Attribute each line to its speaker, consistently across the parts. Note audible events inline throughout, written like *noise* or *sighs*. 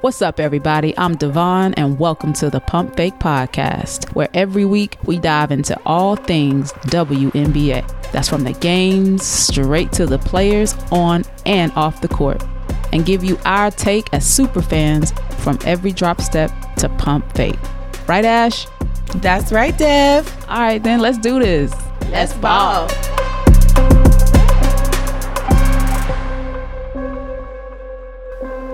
Speaker 1: What's up, everybody? I'm Devon, and welcome to the Pump Fake Podcast, where every week we dive into all things WNBA. That's from the games straight to the players on and off the court, and give you our take as super fans from every drop step to pump fake. Right, Ash?
Speaker 2: That's right, Dev.
Speaker 1: All right, then let's do this.
Speaker 2: Let's ball.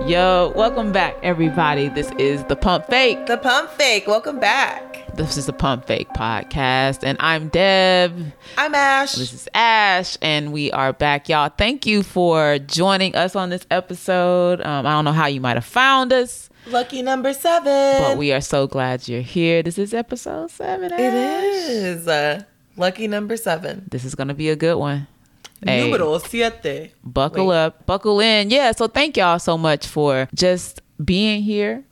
Speaker 1: Yo, welcome back, everybody. This is the Pump Fake.
Speaker 2: The pump fake. Welcome back.
Speaker 1: This is the Pump Fake podcast, and I'm Deb.
Speaker 2: I'm Ash.
Speaker 1: This is Ash, and we are back, y'all. Thank you for joining us on this episode. Um, I don't know how you might have found us,
Speaker 2: Lucky number seven.
Speaker 1: but we are so glad you're here. This is episode seven.
Speaker 2: it
Speaker 1: Ash.
Speaker 2: is uh, lucky number seven.
Speaker 1: This is gonna be a good one. Hey.
Speaker 2: Numero siete.
Speaker 1: Buckle
Speaker 2: Wait.
Speaker 1: up, buckle in. Yeah, so thank y'all so much for just being
Speaker 2: *laughs*
Speaker 1: here.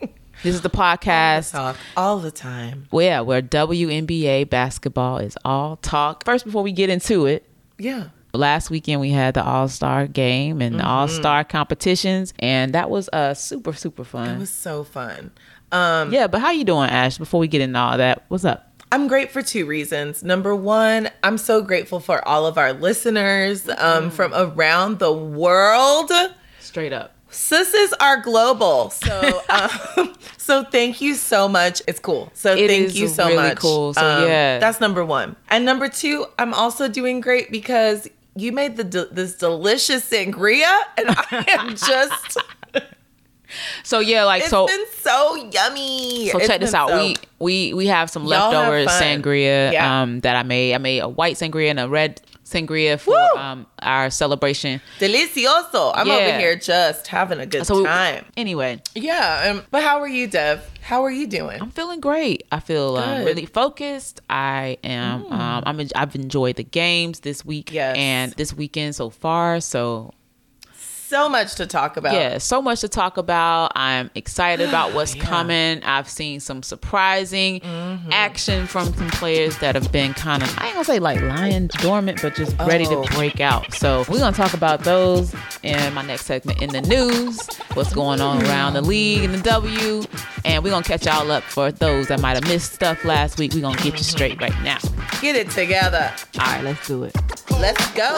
Speaker 1: this is the podcast
Speaker 2: Talk all the time.
Speaker 1: Well, yeah, where WNBA basketball is all talk. First, before we get into it,
Speaker 2: Yeah.
Speaker 1: last weekend we had the All Star game and the
Speaker 2: Mm-hmm.
Speaker 1: All Star competitions, and that was uh super super
Speaker 2: It
Speaker 1: fun.
Speaker 2: was so fun. Um,
Speaker 1: yeah, but how you doing, Ash? Before we get into all that, what's up?
Speaker 2: I'm great for two reasons. Number one, I'm so grateful for all of our listeners
Speaker 1: Mm.
Speaker 2: um, from around the world.
Speaker 1: Straight up.
Speaker 2: Sisses are global,
Speaker 1: *laughs*
Speaker 2: so um, so thank you so much. It's cool. So
Speaker 1: It
Speaker 2: thank
Speaker 1: is
Speaker 2: you so
Speaker 1: really
Speaker 2: much. Um,
Speaker 1: cool. So, yeah.
Speaker 2: that's number one. And number two, I'm also doing great because you made the de- this delicious sangria, and I
Speaker 1: *laughs*
Speaker 2: am just
Speaker 1: So yeah, like
Speaker 2: it's
Speaker 1: so.
Speaker 2: been so yummy.
Speaker 1: So
Speaker 2: It's
Speaker 1: check this
Speaker 2: been
Speaker 1: out.
Speaker 2: so-
Speaker 1: we we we have some
Speaker 2: Y'all have
Speaker 1: leftover
Speaker 2: fun.
Speaker 1: sangria
Speaker 2: Yeah.
Speaker 1: um that I made. I made a white sangria and a red sangria for
Speaker 2: Woo!
Speaker 1: um our celebration.
Speaker 2: delicioso. I'm
Speaker 1: Yeah.
Speaker 2: over here just having a good
Speaker 1: So
Speaker 2: time.
Speaker 1: anyway,
Speaker 2: Yeah, um, but how are you, Dev? How are you doing?
Speaker 1: I'm feeling great. I feel um,
Speaker 2: Good. Mm.
Speaker 1: really focused. I am. Um, I'm. en- I've enjoyed the games this week
Speaker 2: Yes.
Speaker 1: and this weekend so far. So
Speaker 2: so much to talk about.
Speaker 1: yeah, so much to talk about. I'm excited
Speaker 2: *sighs*
Speaker 1: about what's
Speaker 2: Uh, Yeah. Mm-hmm.
Speaker 1: coming. I've seen some surprising action from some players that have been kind of. I ain't gonna say like lying dormant, but just ready
Speaker 2: Oh.
Speaker 1: to break out. So we're gonna talk about those in my next segment in the news. What's going on around the league and the W, and we're gonna catch y'all up for those that might have missed stuff last week. We're gonna get you straight right now.
Speaker 2: Get it together.
Speaker 1: All right, let's do it.
Speaker 2: Let's go.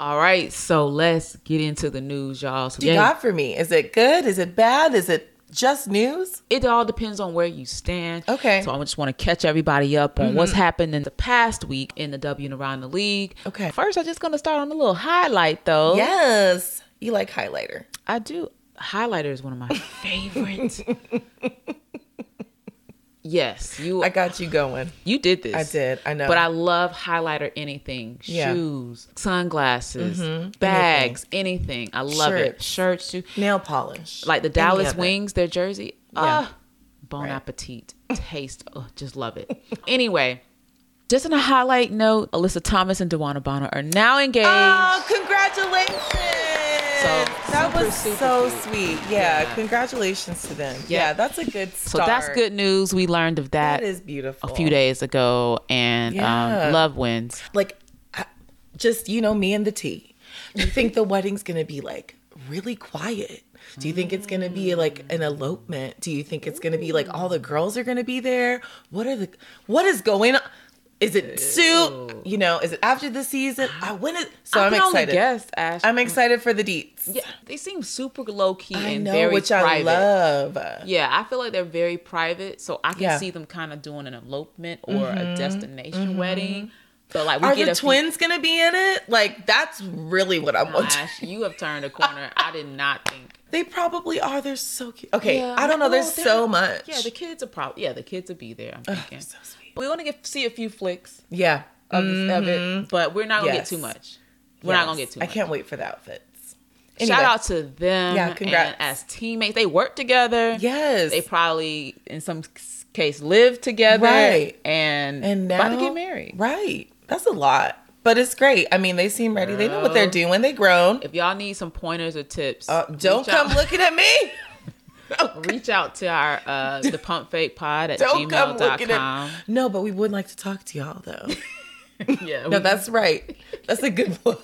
Speaker 1: All right, so let's get into the news, y'all. So
Speaker 2: you got for me? Is it good? Is it bad? Is it just news?
Speaker 1: it all depends on where you stand.
Speaker 2: Okay. Mm-hmm.
Speaker 1: So I just want to catch everybody up on what's happened in the past week in the W and around the league.
Speaker 2: Okay.
Speaker 1: First, I'm just going to start on a little highlight, though.
Speaker 2: Yes. You like highlighter.
Speaker 1: I do. Highlighter is one of my favorites.
Speaker 2: *laughs*
Speaker 1: yes, you
Speaker 2: I got you going.
Speaker 1: you did this.
Speaker 2: I did. I know.
Speaker 1: But I love highlighter anything.
Speaker 2: Yeah. Mm-hmm.
Speaker 1: Shoes, sunglasses, bags, anything. I love it. Shirts
Speaker 2: Shirts.
Speaker 1: too.
Speaker 2: nail polish.
Speaker 1: like the
Speaker 2: Any
Speaker 1: Dallas
Speaker 2: of it.
Speaker 1: Wings, their jersey.
Speaker 2: Yeah.
Speaker 1: Ah, bon
Speaker 2: Right.
Speaker 1: appetit, taste. Oh, just love it. anyway, just in a highlight note, Alyssa Thomas and Dewana Bonner are now engaged.
Speaker 2: Oh, congratulations.
Speaker 1: So,
Speaker 2: that
Speaker 1: super,
Speaker 2: was
Speaker 1: super
Speaker 2: so
Speaker 1: cute.
Speaker 2: sweet. Yeah,
Speaker 1: Yeah.
Speaker 2: Congratulations to them.
Speaker 1: Yeah.
Speaker 2: Yeah. That's a good
Speaker 1: so
Speaker 2: start.
Speaker 1: that's good news. We learned of that,
Speaker 2: That is beautiful.
Speaker 1: a few days ago, and
Speaker 2: Yeah.
Speaker 1: um, love wins.
Speaker 2: like I- just you know me and the tea do
Speaker 1: *laughs*
Speaker 2: you think the wedding's gonna be like really quiet do you think it's gonna be like an elopement do you think it's gonna be like all the girls are gonna be there what are the what is going on is it soon you know is it after the season i win it so
Speaker 1: I
Speaker 2: i'm
Speaker 1: can
Speaker 2: excited
Speaker 1: Only guess, Ash.
Speaker 2: i'm excited for the deets
Speaker 1: yeah, they seem super low key
Speaker 2: i
Speaker 1: and
Speaker 2: know
Speaker 1: very
Speaker 2: which
Speaker 1: private.
Speaker 2: i love
Speaker 1: Yeah, I feel like they're very private, so I can
Speaker 2: Yeah. Mm-hmm.
Speaker 1: see them kind of doing an elopement or a destination wedding. But like, we
Speaker 2: are
Speaker 1: get
Speaker 2: the
Speaker 1: a few-
Speaker 2: twins gonna be in it like that's really what i'm watching
Speaker 1: Ash, you have turned a *laughs* corner. I did not think.
Speaker 2: they probably are they're so cute okay
Speaker 1: Yeah,
Speaker 2: i don't know
Speaker 1: well,
Speaker 2: there's
Speaker 1: they're-
Speaker 2: so much
Speaker 1: Yeah, the kids are probably. Yeah, the kids will be there. I'm thinking.
Speaker 2: so sweet
Speaker 1: we want to get see a few flicks
Speaker 2: Yeah.
Speaker 1: of, of it, but we're not gonna get
Speaker 2: Yes.
Speaker 1: too much. Mm-hmm. We're not gonna get too.
Speaker 2: I
Speaker 1: much.
Speaker 2: can't wait for the outfits.
Speaker 1: Shout
Speaker 2: Anyway.
Speaker 1: out to them.
Speaker 2: Yeah, congrats.
Speaker 1: And as teammates, they work together.
Speaker 2: Yes.
Speaker 1: They probably, in some c- case, live together.
Speaker 2: Right.
Speaker 1: And
Speaker 2: and now
Speaker 1: about to get married.
Speaker 2: Right. That's a lot. But it's great. I mean, they seem ready. They know what they're doing. They grown.
Speaker 1: If y'all need some pointers or tips,
Speaker 2: Uh, don't
Speaker 1: reach out- *laughs*
Speaker 2: come looking at me.
Speaker 1: Reach out to our uh, the pump fake pod at
Speaker 2: Don't come looking
Speaker 1: gmail.com. *laughs*
Speaker 2: at No, but we would like to talk to y'all though.
Speaker 1: yeah, we-
Speaker 2: no, *laughs* that's right. That's a good one.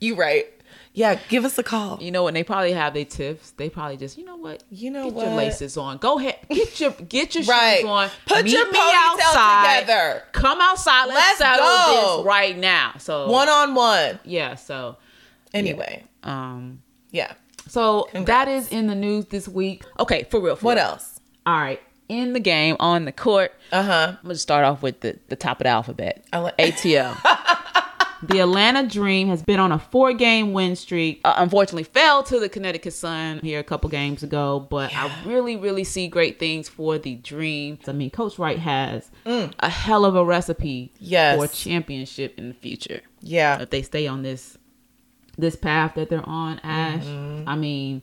Speaker 2: You right. Yeah, give us a call.
Speaker 1: You know what? They probably have their tips. They probably just, you know what?
Speaker 2: You know
Speaker 1: get
Speaker 2: what?
Speaker 1: your laces on. Go ahead. Get your get
Speaker 2: *laughs*
Speaker 1: your
Speaker 2: Right.
Speaker 1: shoes on.
Speaker 2: Put
Speaker 1: Meet
Speaker 2: your
Speaker 1: me
Speaker 2: ponytail
Speaker 1: outside.
Speaker 2: together.
Speaker 1: Come outside. Let's,
Speaker 2: Let's
Speaker 1: settle
Speaker 2: go.
Speaker 1: this right now. So
Speaker 2: One on one.
Speaker 1: Oh. yeah. So
Speaker 2: Anyway,
Speaker 1: um.
Speaker 2: yeah.
Speaker 1: So that is in the news this week. Okay, for real. For
Speaker 2: What
Speaker 1: real.
Speaker 2: else?
Speaker 1: All right. In the game, on the court,
Speaker 2: Uh huh.
Speaker 1: I'm gonna start off with the, the top of the alphabet.
Speaker 2: I like-
Speaker 1: ATL. *laughs* the Atlanta Dream has been on a four game win streak. Uh, unfortunately, fell to the Connecticut Sun here a couple games ago, but I really, really see great things for the Dream. I mean, Coach Wright has a hell of a recipe
Speaker 2: Yes.
Speaker 1: for championship in the future
Speaker 2: Yeah.
Speaker 1: if they stay on this this path that they're on. Ash, I mean,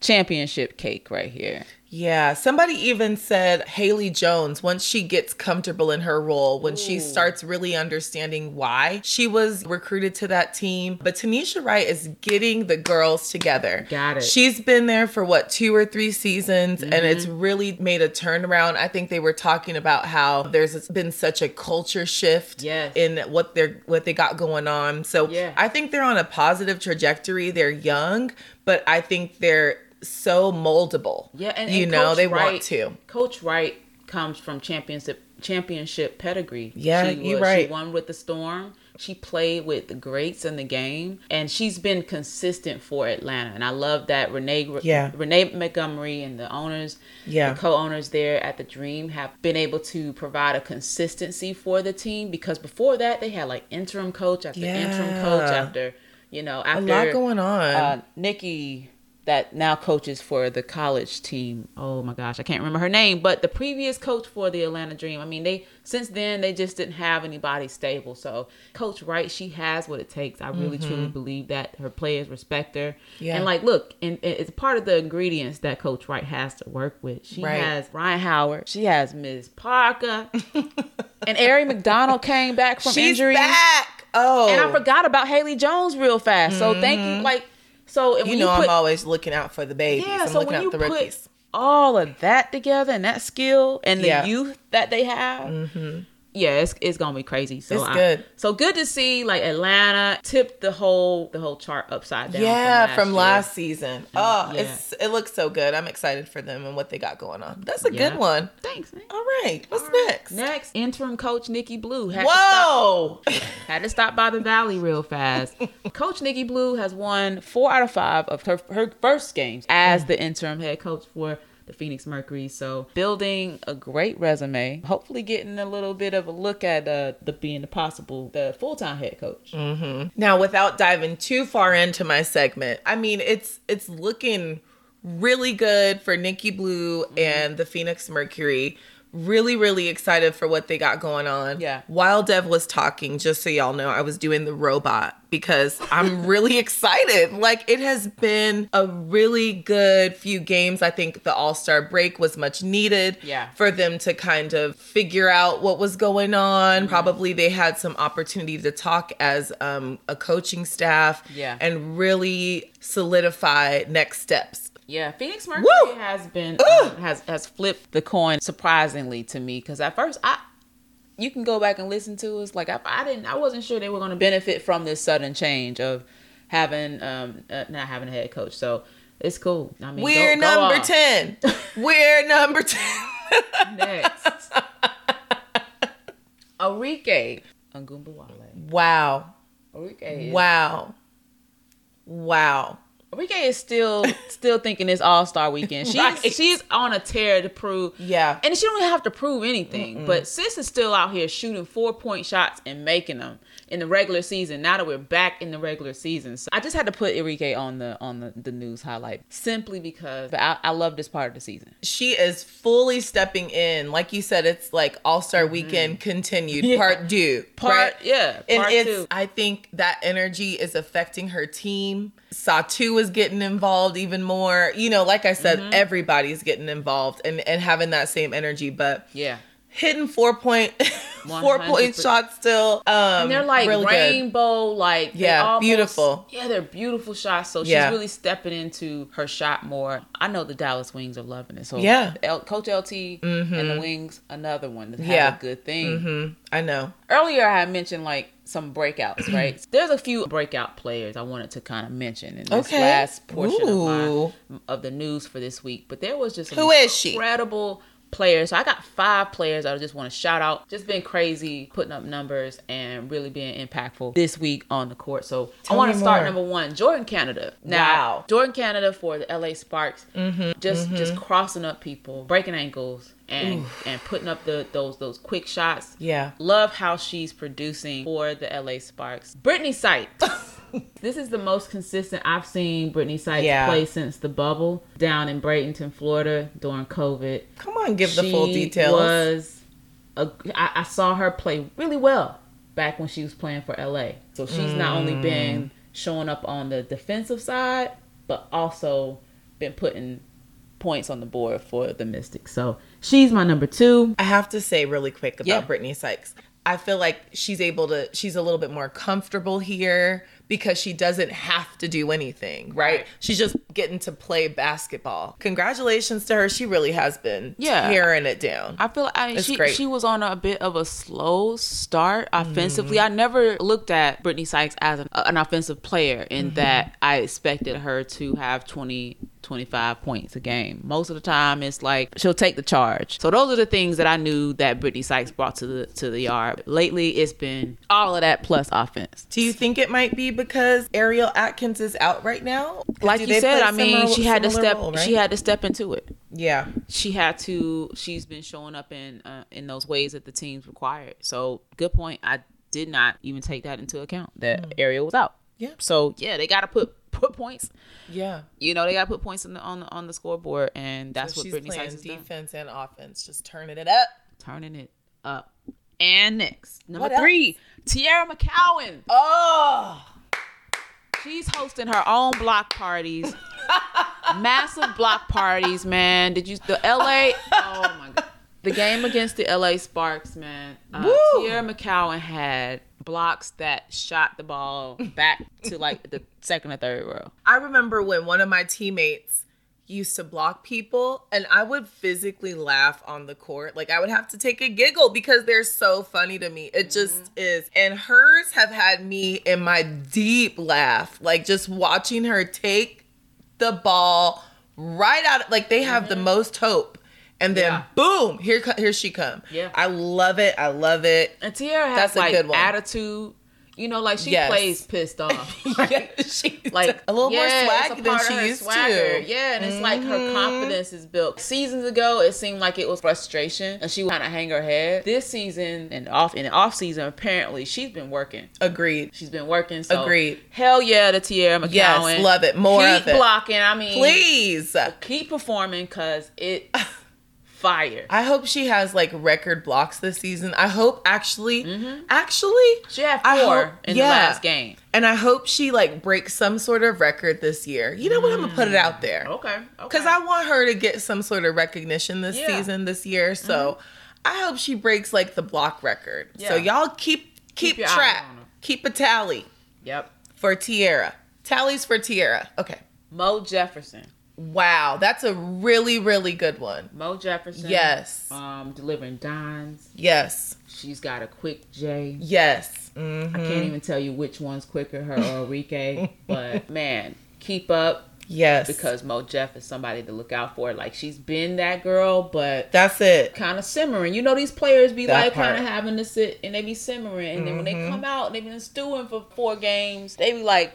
Speaker 1: championship cake right here.
Speaker 2: Yeah, somebody even said Haley Jones, once she gets comfortable in her role, when she starts really understanding why she was recruited to that team. But Tanisha Wright is getting the girls together.
Speaker 1: Got it.
Speaker 2: She's been there for what, two or three seasons, and it's
Speaker 1: Mm-hmm.
Speaker 2: really made a turnaround. I think they were talking about how there's been such a culture shift
Speaker 1: Yes.
Speaker 2: in what they're what they got going on. So
Speaker 1: Yeah.
Speaker 2: I think they're on a positive trajectory. They're young, but I think they're so moldable
Speaker 1: Yeah, and
Speaker 2: you
Speaker 1: and
Speaker 2: know
Speaker 1: Coach
Speaker 2: they
Speaker 1: Wright,
Speaker 2: want to.
Speaker 1: Coach Wright comes from championship championship pedigree.
Speaker 2: Yeah,
Speaker 1: she
Speaker 2: you're
Speaker 1: was-
Speaker 2: right.
Speaker 1: She won with the Storm. She played with the greats in the game, and she's been consistent for Atlanta. And I love that Renee,
Speaker 2: Yeah.
Speaker 1: Renee Montgomery and the owners,
Speaker 2: Yeah.
Speaker 1: the co-owners there at the Dream have been able to provide a consistency for the team because before that they had like interim coach after interim coach
Speaker 2: Yeah.
Speaker 1: after you know after
Speaker 2: A lot going on.
Speaker 1: uh, Nikki that now coaches for the college team. Oh my gosh, I can't remember her name, but the previous coach for the Atlanta Dream. I mean, they since then they just didn't have anybody stable. So Coach Wright, she has what it takes. I really truly believe that her players respect her.
Speaker 2: Yeah.
Speaker 1: And like, look, and and it's part of the ingredients that Coach Wright has to work with. She
Speaker 2: Right.
Speaker 1: has Ryan Howard. She has Ms. *laughs* Parker. and Ari McDonald came back from
Speaker 2: She's
Speaker 1: injury.
Speaker 2: back. Oh, Mm-hmm.
Speaker 1: And I forgot about Haley Jones real fast. So thank you. Like, so and
Speaker 2: You
Speaker 1: when
Speaker 2: know
Speaker 1: you
Speaker 2: I'm
Speaker 1: put,
Speaker 2: always looking out for the babies.
Speaker 1: yeah,
Speaker 2: I'm
Speaker 1: so
Speaker 2: looking
Speaker 1: when you
Speaker 2: out the
Speaker 1: put
Speaker 2: rookies.
Speaker 1: all of that together and that skill and the
Speaker 2: Yeah. Mm-hmm.
Speaker 1: youth that they have, yeah, it's, it's gonna be crazy. So
Speaker 2: It's
Speaker 1: I-
Speaker 2: good.
Speaker 1: So good to see like Atlanta tip the whole the whole chart upside down.
Speaker 2: yeah, from
Speaker 1: year.
Speaker 2: last, season. Oh,
Speaker 1: Yeah.
Speaker 2: it's it looks so good. I'm excited for them and what they got going on. That's a
Speaker 1: Yeah.
Speaker 2: good one.
Speaker 1: Thanks. Man.
Speaker 2: All right, what's next?
Speaker 1: Next, interim coach Nikki Blue. Had to stop
Speaker 2: Whoa!
Speaker 1: Had to stop by the Valley real fast. coach Nikki Blue has won four out of five of her, her first games as the interim head coach for the Phoenix Mercury. So building a great resume, hopefully getting a little bit of a look at uh, the being the possible the full time head coach.
Speaker 2: Now, without diving too far into my segment, I mean it's it's looking really good for Nikki Blue and the Phoenix Mercury. Really, really excited for what they got going on.
Speaker 1: Yeah.
Speaker 2: While Dev was talking, just so y'all know, I was doing the robot because I'm really excited. Like it has been a really good few games. I think the All Star break was much needed
Speaker 1: Yeah.
Speaker 2: for them to kind of figure out what was going
Speaker 1: Mm-hmm.
Speaker 2: on. Probably they had some opportunity to talk as um, a coaching staff
Speaker 1: Yeah.
Speaker 2: and really solidify next steps.
Speaker 1: Yeah, Phoenix Mercury
Speaker 2: Woo!
Speaker 1: has been um, has has flipped the coin surprisingly to me because at first I. You can go back and listen to us. Like I, I didn't, I wasn't sure they were going to benefit from this sudden change of having, um, uh, not having a head coach. So it's cool. I mean,
Speaker 2: We're
Speaker 1: go- go
Speaker 2: number
Speaker 1: off. *laughs*
Speaker 2: 10. We're number 10.
Speaker 1: Next,
Speaker 2: *laughs*
Speaker 1: Arike Ngumbawale.
Speaker 2: Wow.
Speaker 1: Arike, is,
Speaker 2: *laughs* Wow. Wow.
Speaker 1: Arike is still still thinking it's All Star
Speaker 2: *laughs*
Speaker 1: Weekend. She's
Speaker 2: Right.
Speaker 1: she's on a tear to prove.
Speaker 2: Yeah.
Speaker 1: And she don't even have to prove anything. But sis is still out here shooting four point shots and making them in the regular season. Now that we're back in the regular season, so I just had to put Enrique on the on the, the news highlight simply because but I, I love this part of the season.
Speaker 2: she is fully stepping in. Like you said, it's like All Star Weekend continued
Speaker 1: Mm-hmm. Yeah.
Speaker 2: part due.
Speaker 1: Part- yeah,
Speaker 2: and
Speaker 1: part
Speaker 2: it's.
Speaker 1: two.
Speaker 2: I think that energy is affecting her team. Satu is getting involved even more. You know, like I said,
Speaker 1: Mm-hmm.
Speaker 2: everybody's getting involved and and having that same energy. But
Speaker 1: Yeah.
Speaker 2: hitting four point *laughs* four point
Speaker 1: 100%.
Speaker 2: shot still. Um,
Speaker 1: And they're like
Speaker 2: really good.
Speaker 1: rainbow, like they
Speaker 2: Yeah, beautiful.
Speaker 1: Yeah, they're beautiful shots. So
Speaker 2: Yeah.
Speaker 1: she's really stepping into her shot more. I know the Dallas Wings are loving it. So
Speaker 2: Yeah. Mm-hmm.
Speaker 1: L- Coach LT and the Wings, another one that has
Speaker 2: Yeah.
Speaker 1: a good thing.
Speaker 2: Mhm, I know.
Speaker 1: Earlier, I had mentioned like some breakouts,
Speaker 2: *clears throat*
Speaker 1: right? There's a few breakout players I wanted to kind of mention in this
Speaker 2: Okay.
Speaker 1: last portion of,
Speaker 2: Ooh.
Speaker 1: my, of the news for this week. But there was just some
Speaker 2: Who is she?
Speaker 1: incredible players. So I got five players I just want to shout out. Just been crazy putting up numbers and really being impactful this week on the court. So I
Speaker 2: Tell
Speaker 1: want to
Speaker 2: me
Speaker 1: start
Speaker 2: more.
Speaker 1: number one, Jordan Canada. Now,
Speaker 2: Wow. Mm-hmm,
Speaker 1: Jordan Canada for the LA Sparks. Just just crossing up people, breaking ankles, and and putting up the those those quick shots.
Speaker 2: Yeah. *laughs*
Speaker 1: Love how she's producing for the LA Sparks. Brittany Sykes. this is the most consistent I've seen Brittany Sykes
Speaker 2: Yeah.
Speaker 1: play since the bubble down in Bradenton, Florida during COVID.
Speaker 2: Come on, give the full
Speaker 1: She
Speaker 2: details.
Speaker 1: Was a, I, I saw her play really well back when she was playing for LA. So she's not only
Speaker 2: Mm.
Speaker 1: been showing up on the defensive side, but also been putting points on the board for the Mystics. So she's my number two.
Speaker 2: I have to say really quick about
Speaker 1: Yeah.
Speaker 2: Brittany Sykes. I feel like she's able to, she's a little bit more comfortable here because she doesn't have to do anything, right?
Speaker 1: Right.
Speaker 2: She's just getting to play basketball. Congratulations to her. She really has been
Speaker 1: Yeah.
Speaker 2: tearing it down.
Speaker 1: I feel I, she
Speaker 2: great.
Speaker 1: she was on a bit of a slow start offensively.
Speaker 2: Mm.
Speaker 1: I never looked at Brittany Sykes as an, an offensive player in
Speaker 2: Mm-hmm.
Speaker 1: that I expected her to have 20 25 points a game. Most of the time it's like she'll take the charge. So those are the things that I knew that Brittany Sykes brought to the to the yard. Lately it's been all of that plus offense.
Speaker 2: do you think it might be because Ariel Atkins is out right now?
Speaker 1: Like
Speaker 2: Do
Speaker 1: you
Speaker 2: they
Speaker 1: said,
Speaker 2: play
Speaker 1: I mean,
Speaker 2: similar-
Speaker 1: she had to
Speaker 2: similar
Speaker 1: step
Speaker 2: role, right?
Speaker 1: she had to step into it.
Speaker 2: yeah.
Speaker 1: she had to she's been showing up in uh, in those ways that the team's required so good point i did not even take that into account that ariel was out
Speaker 2: Mm. Yeah.
Speaker 1: so yeah they gotta put put points
Speaker 2: Yeah.
Speaker 1: you know they gotta put points on the on the, on the scoreboard and that's what
Speaker 2: She's
Speaker 1: brittany
Speaker 2: playing
Speaker 1: Sykes is doing.
Speaker 2: defense and offense, just turning it up.
Speaker 1: turning it up and next number
Speaker 2: What else?
Speaker 1: three tiara mccowan
Speaker 2: Oh,
Speaker 1: She's hosting her own block *laughs* parties. Massive block parties, man. Did you the LA? *laughs* Oh my god. The game against the LA Sparks, man. Uh,
Speaker 2: Woo!
Speaker 1: Tierra McCowan had blocks that shot the ball back to like the second or third row.
Speaker 2: I remember when one of my teammates used to block people and I would physically laugh on the court. Like I would have to take a giggle because they're so funny to me.
Speaker 1: Mm-hmm.
Speaker 2: It just is. And hers have had me in my deep laugh. Like just watching her take the ball right out like they have the most hope. And then
Speaker 1: Mm-hmm. Yeah.
Speaker 2: boom, here co- here she come.
Speaker 1: Yeah.
Speaker 2: I love it. I love it. *laughs*
Speaker 1: And Tierra has
Speaker 2: That's a
Speaker 1: like
Speaker 2: good one.
Speaker 1: attitude. You know, like she
Speaker 2: Yes.
Speaker 1: plays pissed off.
Speaker 2: yeah, she
Speaker 1: Like
Speaker 2: *laughs* a little
Speaker 1: yeah,
Speaker 2: more
Speaker 1: it's a
Speaker 2: swag than
Speaker 1: part of
Speaker 2: she
Speaker 1: her
Speaker 2: used
Speaker 1: swagger.
Speaker 2: to. Mm-hmm.
Speaker 1: Yeah, and it's like her confidence is built. Seasons ago, it seemed like it was frustration, and she would kind of hang her head. This season and off in the off season, apparently she's been working.
Speaker 2: Agreed.
Speaker 1: She's been working. So
Speaker 2: Agreed.
Speaker 1: Hell yeah, to Tierra McCowan.
Speaker 2: Yes, love it. More
Speaker 1: keep
Speaker 2: of it.
Speaker 1: blocking. I mean,
Speaker 2: Please.
Speaker 1: keep performing because it
Speaker 2: *laughs*
Speaker 1: fire.
Speaker 2: I hope she has like record blocks this season. I hope actually,
Speaker 1: Mm-hmm.
Speaker 2: actually,
Speaker 1: She had
Speaker 2: I
Speaker 1: four
Speaker 2: hope-
Speaker 1: in the
Speaker 2: yeah.
Speaker 1: last game.
Speaker 2: and I hope she like breaks some sort of record this year. You know what? I'm gonna put it out there
Speaker 1: Okay. Mm. Oh, Okay.
Speaker 2: because I want her to get some sort of recognition this
Speaker 1: Yeah. Mm-hmm.
Speaker 2: season this year. So I hope she breaks like the block record. So
Speaker 1: Yeah.
Speaker 2: y'all keep keep,
Speaker 1: your eye
Speaker 2: track,
Speaker 1: on her.
Speaker 2: keep a tally
Speaker 1: Yep.
Speaker 2: for Tiara. Tallies for Tiara. Okay.
Speaker 1: Mo Jefferson.
Speaker 2: Wow, that's a really really good one.
Speaker 1: Mo Jefferson.
Speaker 2: Yes.
Speaker 1: Um, delivering dimes.
Speaker 2: Yes.
Speaker 1: She's got a quick J.
Speaker 2: Yes.
Speaker 1: I
Speaker 2: Mm-hmm.
Speaker 1: can't even tell you which one's quicker, her or Rike. but man, keep up
Speaker 2: Yes.
Speaker 1: because Mo Jeff is somebody to look out for. Like she's been that girl, but
Speaker 2: that's it.
Speaker 1: kind of simmering. You know, these players be
Speaker 2: That
Speaker 1: like kind
Speaker 2: part. Mm-hmm.
Speaker 1: of having to sit and they be simmering, and then when they come out, and they've been stewing for four games. They be like,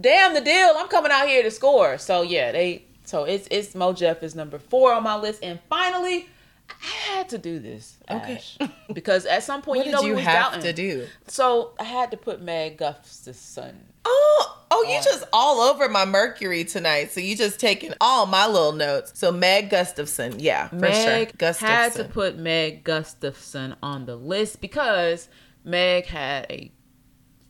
Speaker 1: "Damn the deal! I'm coming out here to score." So yeah, they. So it's it's Mo Jeff is number four on my list, and finally. I had to do this,
Speaker 2: Okay.
Speaker 1: Ash, because at some point
Speaker 2: *laughs* What
Speaker 1: you
Speaker 2: did
Speaker 1: know we
Speaker 2: you
Speaker 1: was
Speaker 2: have
Speaker 1: doubting.
Speaker 2: to do?
Speaker 1: So I had to put Meg Guff's son.
Speaker 2: Oh, oh, you
Speaker 1: Yeah.
Speaker 2: just all over my Mercury tonight. So you just taking all my little notes. So Meg Gustafson, yeah, for
Speaker 1: Meg
Speaker 2: sure. Gustafson.
Speaker 1: had to put Meg Gustafson on the list because Meg had a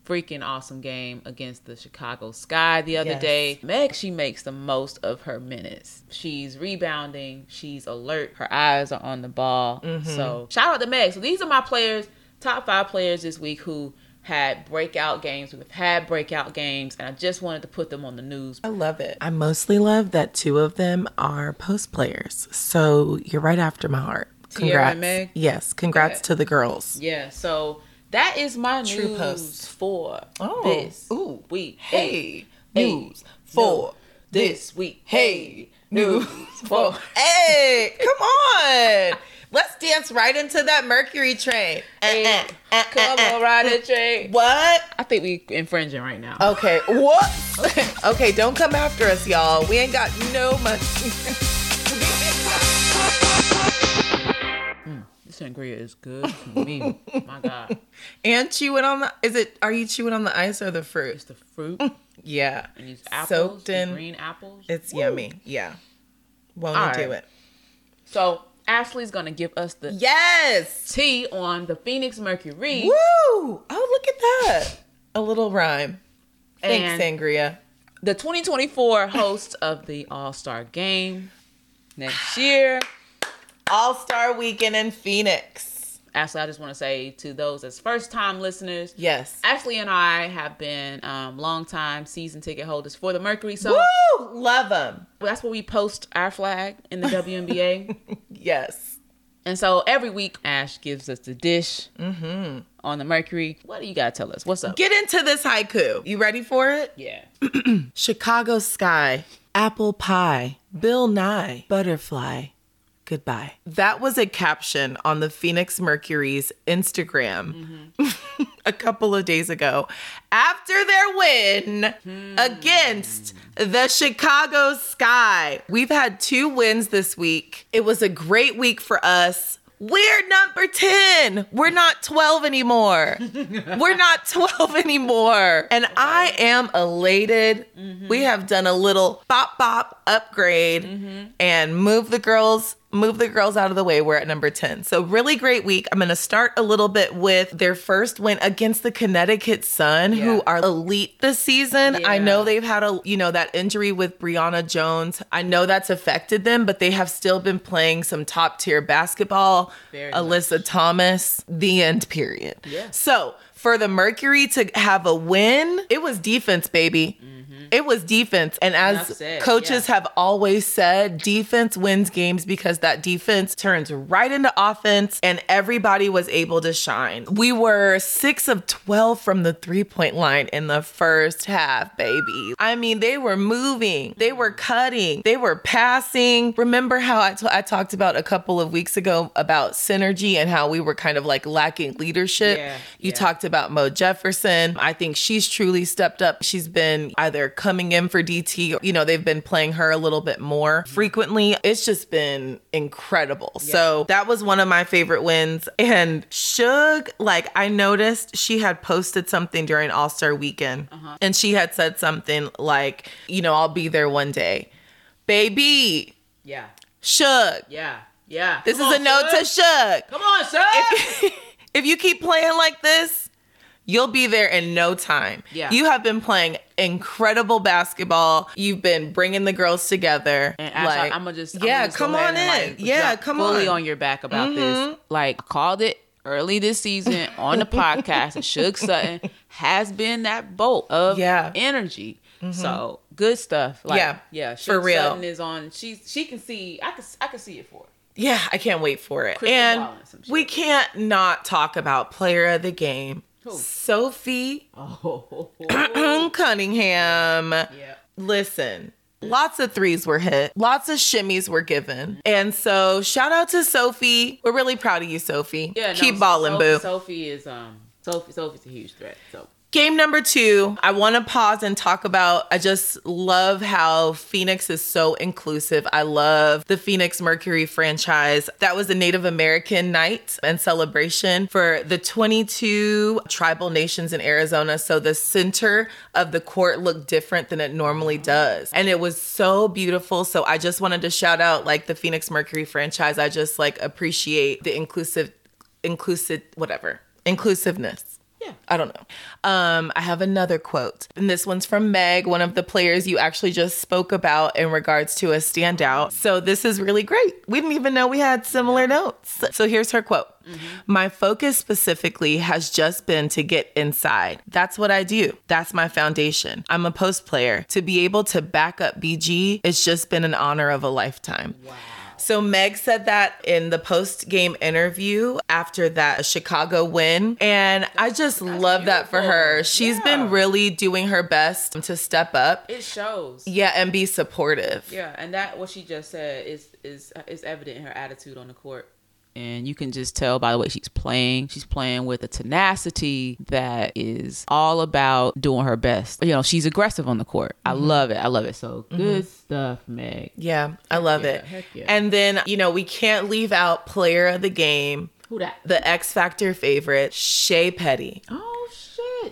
Speaker 1: freaking awesome game against the Chicago Sky the other
Speaker 2: Yes.
Speaker 1: day. Meg, she makes the most of her minutes. She's rebounding, she's alert, her eyes are on the ball.
Speaker 2: Mm-hmm.
Speaker 1: So, shout out to Meg. So, these are my players, top five players this week who had breakout games. We've had breakout games, and I just wanted to put them on the news.
Speaker 2: I love it. I mostly love that two of them are post players. So you're right after my heart.
Speaker 1: Tierra
Speaker 2: Congrats.
Speaker 1: and Meg?
Speaker 2: Yes, congrats
Speaker 1: Yeah.
Speaker 2: to the girls.
Speaker 1: Yeah, so that is my
Speaker 2: True
Speaker 1: news
Speaker 2: post.
Speaker 1: for
Speaker 2: Oh,
Speaker 1: this
Speaker 2: ooh,
Speaker 1: week.
Speaker 2: hey,
Speaker 1: Hey,
Speaker 2: news for
Speaker 1: this week.
Speaker 2: Hey,
Speaker 1: news
Speaker 2: *laughs*
Speaker 1: for
Speaker 2: Hey, come on. *laughs* Let's dance right into that Mercury train. Uh,
Speaker 1: hey,
Speaker 2: eh,
Speaker 1: come on, Rider Trey.
Speaker 2: What?
Speaker 1: I think we infringing right now.
Speaker 2: Okay, what? *laughs* okay, don't come after us, y'all. We ain't got no money. *laughs*
Speaker 1: This sangria is good to
Speaker 2: *laughs*
Speaker 1: me. My God,
Speaker 2: and chewing on the is it are you chewing on the ice or the fruit?
Speaker 1: it's the fruit
Speaker 2: Yeah.
Speaker 1: and these apples,
Speaker 2: Soaked
Speaker 1: these
Speaker 2: in-
Speaker 1: green apples.
Speaker 2: It's yummy. Yeah. Won't
Speaker 1: All
Speaker 2: you do
Speaker 1: right.
Speaker 2: it?
Speaker 1: So Ashley's gonna give us the
Speaker 2: Yes.
Speaker 1: tea on the Phoenix Mercury.
Speaker 2: Woo! Oh, look at that. A little rhyme. Thanks,
Speaker 1: And-
Speaker 2: Sangria.
Speaker 1: the 2024 host of the All Star Game next year. *sighs*
Speaker 2: All Star Weekend in Phoenix.
Speaker 1: Ashley, I just want to say to those as first time listeners,
Speaker 2: Yes.
Speaker 1: Ashley and I have been um, long time season ticket holders for the Mercury. So
Speaker 2: Woo! Love them.
Speaker 1: that's where we post our flag in *laughs* the WNBA.
Speaker 2: Yes.
Speaker 1: and so every week, Ash gives us the dish on the Mercury. What do you got to tell us? What's up?
Speaker 2: Get into this haiku. You ready for it?
Speaker 1: yeah.
Speaker 2: Chicago Sky, Apple Pie, Bill Nye, Butterfly, Goodbye. That was a caption on the Phoenix Mercury's Instagram *laughs* a couple of days ago after their win against the Chicago Sky. We've had two wins this week. It was a great week for us. We're number 10. We're not 12 anymore. We're not 12 anymore. And I am elated.
Speaker 1: Mm-hmm.
Speaker 2: We have done a little bop bop upgrade
Speaker 1: Mm-hmm.
Speaker 2: and move the girls move the girls out of the way. We're at number 10. So really great week. I'm going to start a little bit with their first win against the Connecticut Sun
Speaker 1: Yeah.
Speaker 2: who are elite this season. I
Speaker 1: Yeah.
Speaker 2: know they've had a, you know, that injury with Brianna Jones. I know that's affected them, but they have still been playing some top tier basketball.
Speaker 1: Very
Speaker 2: Alyssa Thomas, the end period.
Speaker 1: Yeah.
Speaker 2: So for the Mercury to have a win, it was defense, baby. It was defense. And
Speaker 1: Mm-hmm. Enough
Speaker 2: as
Speaker 1: said,
Speaker 2: coaches
Speaker 1: yeah.
Speaker 2: have always said, defense wins games because that defense turns right into offense and everybody was able to shine. We were six of 12 from the three point line in the first half, baby. I mean, they were moving, they were cutting, they were passing. Remember how I, t- I talked about a couple of weeks ago about synergy and how we were kind of like lacking leadership?
Speaker 1: Yeah,
Speaker 2: you
Speaker 1: yeah.
Speaker 2: talked talked about Mo Jefferson. I think she's truly stepped up. She's been either coming in for DT, or, you know, they've been playing her a little bit more frequently. It's just been incredible. So that was one of my favorite wins. And Suge, like I noticed she had posted something during All Star weekend
Speaker 1: Uh-huh.
Speaker 2: and she had said something like, you know, I'll be there one day. Baby,
Speaker 1: Yeah.
Speaker 2: Suge.
Speaker 1: Yeah. Yeah.
Speaker 2: This
Speaker 1: Come
Speaker 2: is
Speaker 1: on,
Speaker 2: a note
Speaker 1: sir.
Speaker 2: to Suge
Speaker 1: Come on, sir. Ah.
Speaker 2: *laughs* if you keep playing like this, you'll be there in no time.
Speaker 1: Yeah.
Speaker 2: You have been playing incredible basketball. You've been bringing the girls together.
Speaker 1: And Ash,
Speaker 2: Like,
Speaker 1: I'm gonna just
Speaker 2: yeah,
Speaker 1: I'ma just
Speaker 2: come
Speaker 1: go ahead
Speaker 2: on
Speaker 1: and,
Speaker 2: in.
Speaker 1: like,
Speaker 2: yeah,
Speaker 1: drop
Speaker 2: come
Speaker 1: fully
Speaker 2: on. Mm-hmm.
Speaker 1: on your back about this. Like I called it early this
Speaker 2: *laughs*
Speaker 1: season on the podcast. and Suge Sutton has been that bolt of
Speaker 2: Yeah. Mm-hmm.
Speaker 1: energy. So good stuff. Like,
Speaker 2: Yeah,
Speaker 1: yeah, yeah. Suge
Speaker 2: for real.
Speaker 1: Sutton is on. She's she can see. I can I can see it for. her.
Speaker 2: Yeah, I can't wait for it.
Speaker 1: Crystal
Speaker 2: and
Speaker 1: ball and some shit.
Speaker 2: we can't not talk about player of the game,
Speaker 1: Who?
Speaker 2: Sophie
Speaker 1: Oh,
Speaker 2: *clears throat* Cunningham.
Speaker 1: yeah.
Speaker 2: Listen, lots of threes were hit, lots of shimmies were given. And so, shout out to Sophie. We're really proud of you, Sophie.
Speaker 1: Yeah, no,
Speaker 2: Keep balling,
Speaker 1: Sophie,
Speaker 2: boo.
Speaker 1: Sophie is um Sophie Sophie's a huge threat. So
Speaker 2: Game number two, I want to pause and talk about. I just love how Phoenix is so inclusive. I love the Phoenix Mercury franchise. That was the Native American night and celebration for the 22 tribal nations in Arizona. So the center of the court looked different than it normally does. And it was so beautiful. So I just wanted to shout out like the Phoenix Mercury franchise. I just like appreciate the inclusive, inclusive, whatever, inclusiveness.
Speaker 1: Yeah.
Speaker 2: I don't know. Um, I have another quote, and this one's from Meg, one of the players you actually just spoke about in regards to a standout. So this is really great. We didn't even know we had similar notes. So here's her quote. My focus specifically has just been to get inside. That's what I do. That's my foundation. I'm a post player. To be able to back up BG, it's just been an honor of a lifetime. So Meg said that in the post game interview after that Chicago win, and I just love that for her. She's
Speaker 1: Yeah.
Speaker 2: been really doing her best to step up,
Speaker 1: It shows.
Speaker 2: yeah, and be supportive.
Speaker 1: Yeah, and that what she just said is is is evident in her attitude on the court. And you can just tell by the way she's playing. She's playing with a tenacity that is all about doing her best. You know, she's aggressive on the court. I love it. I love it. So good stuff, Meg.
Speaker 2: Yeah, I love
Speaker 1: yeah,
Speaker 2: it.
Speaker 1: heck yeah.
Speaker 2: And then you know we can't leave out player of the game,
Speaker 1: Who that?
Speaker 2: the X Factor favorite Shay Petty.
Speaker 1: oh shit.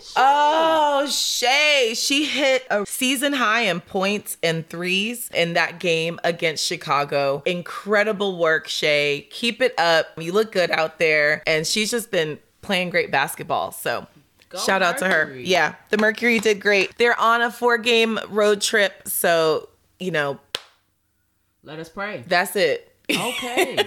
Speaker 1: shit.
Speaker 2: Oh, Shay. She hit a season high in points and threes in that game against Chicago. Incredible work, Shay. Keep it up. You look good out there. And she's just been playing great basketball. So.
Speaker 1: Go
Speaker 2: Shout out to her.
Speaker 1: Mercury.
Speaker 2: Yeah, the Mercury did great. They're on a four game road trip. So, you know,
Speaker 1: Let us pray.
Speaker 2: that's it.
Speaker 1: *laughs*
Speaker 2: *laughs*
Speaker 1: Okay.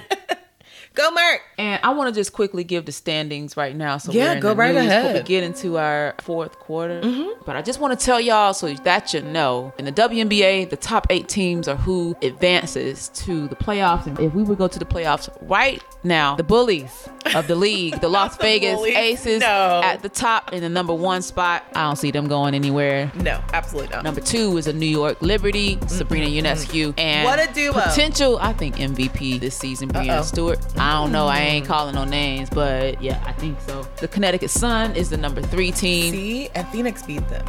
Speaker 2: Go, Merc.
Speaker 1: And I want to just quickly give the standings right now. So
Speaker 2: Yeah,
Speaker 1: we're in
Speaker 2: go
Speaker 1: the
Speaker 2: right
Speaker 1: news before
Speaker 2: ahead. Mm-hmm.
Speaker 1: We get into our fourth quarter, but I just want to tell y'all so that you know in the WNBA, the top eight teams are who advances to the playoffs. And if we would go to the playoffs right now, the bullies of the league,
Speaker 2: *laughs*
Speaker 1: the Las
Speaker 2: the
Speaker 1: Vegas
Speaker 2: bullies.
Speaker 1: Aces,
Speaker 2: No.
Speaker 1: at the top in the number one spot. I don't see them going anywhere.
Speaker 2: No, absolutely not.
Speaker 1: Number two is the New York Liberty, Sabrina Ionescu, and
Speaker 2: Mm-hmm. What a duo.
Speaker 1: potential. I think MVP this season, Brianna
Speaker 2: Uh-oh. Mm.
Speaker 1: Stewart. I don't know. I ain't calling no names, but yeah, I think so. The Connecticut Sun is the number three team.
Speaker 2: See, and Phoenix beat them.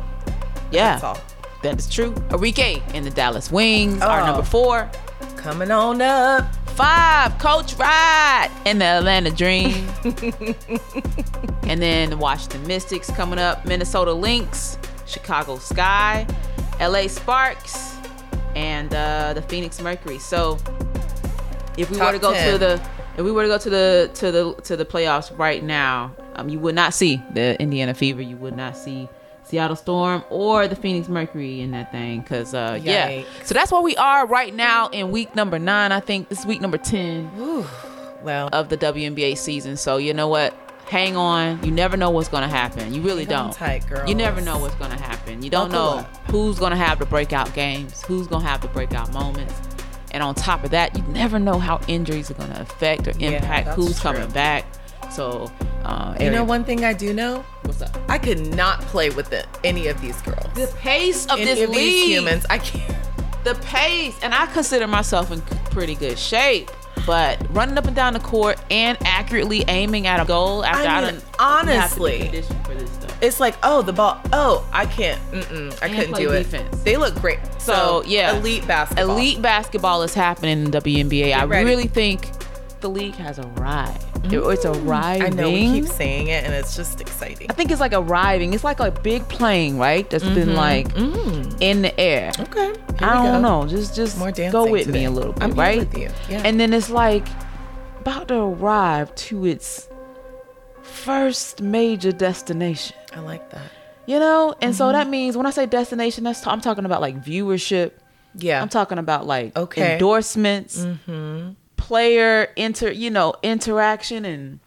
Speaker 1: yeah,
Speaker 2: That's all.
Speaker 1: that is true. Arike and the Dallas Wings are
Speaker 2: Oh.
Speaker 1: number four.
Speaker 2: Coming on up.
Speaker 1: Five, Coach Rod and the Atlanta Dream.
Speaker 2: *laughs*
Speaker 1: and then the Washington Mystics coming up, Minnesota Lynx, Chicago Sky, LA Sparks, and uh, the Phoenix Mercury. So if we
Speaker 2: Top
Speaker 1: were to go
Speaker 2: 10.
Speaker 1: to the if we were to go to the to the to the playoffs right now, um, you would not see the Indiana Fever. You would not see Seattle Storm or the Phoenix Mercury in that thing, because uh, yeah.
Speaker 2: Yikes.
Speaker 1: So that's where we are right now in week number nine. I think this is week number ten
Speaker 2: Well,
Speaker 1: of the WNBA season. So you know what? Hang on. You never know what's gonna happen. You really
Speaker 2: Hang on
Speaker 1: don't.
Speaker 2: tight,
Speaker 1: You never
Speaker 2: girls.
Speaker 1: know what's gonna happen. You don't
Speaker 2: Buckle
Speaker 1: know
Speaker 2: up.
Speaker 1: who's gonna have the breakout games, who's gonna have the breakout moments. And on top of that, you never know how injuries are gonna affect or
Speaker 2: Yeah,
Speaker 1: impact
Speaker 2: that's
Speaker 1: who's
Speaker 2: true.
Speaker 1: coming back. So uh,
Speaker 2: you know
Speaker 1: Eric,
Speaker 2: one thing I do know?
Speaker 1: What's up?
Speaker 2: I could not play with the, any of these girls.
Speaker 1: The pace of
Speaker 2: any
Speaker 1: this
Speaker 2: of
Speaker 1: league,
Speaker 2: these humans. I can't.
Speaker 1: the pace, and I consider myself in pretty good shape. But running up and down the court and accurately aiming at a goal after
Speaker 2: I
Speaker 1: I,
Speaker 2: mean,
Speaker 1: done- I done have to be
Speaker 2: honestly.
Speaker 1: conditioned for this stuff.
Speaker 2: It's like, oh, the ball. Oh, I can't. Mm-mm, I
Speaker 1: And
Speaker 2: couldn't
Speaker 1: play
Speaker 2: do
Speaker 1: defense.
Speaker 2: it. They look great.
Speaker 1: So, yeah.
Speaker 2: elite basketball.
Speaker 1: Elite basketball is happening in WNBA. I
Speaker 2: ready.
Speaker 1: really think the league has arrived. Mm-hmm. It- It's arriving.
Speaker 2: I know we keep saying it, and it's just exciting.
Speaker 1: I think it's like arriving. It's like a big plane, right? That's been like in the air.
Speaker 2: Okay, here we
Speaker 1: I don't
Speaker 2: go.
Speaker 1: know. Just just
Speaker 2: More
Speaker 1: go
Speaker 2: dancing
Speaker 1: with
Speaker 2: today.
Speaker 1: me a little bit,
Speaker 2: I'm here
Speaker 1: right?
Speaker 2: with you. Yeah.
Speaker 1: And then it's like about to arrive to its first major destination.
Speaker 2: I like that.
Speaker 1: You know, and
Speaker 2: Mm-hmm.
Speaker 1: so that means when I say destination, that's I'm talking about like viewership.
Speaker 2: Yeah,
Speaker 1: I'm talking about like
Speaker 2: Okay. Mm-hmm.
Speaker 1: endorsements, player inter, you know, interaction and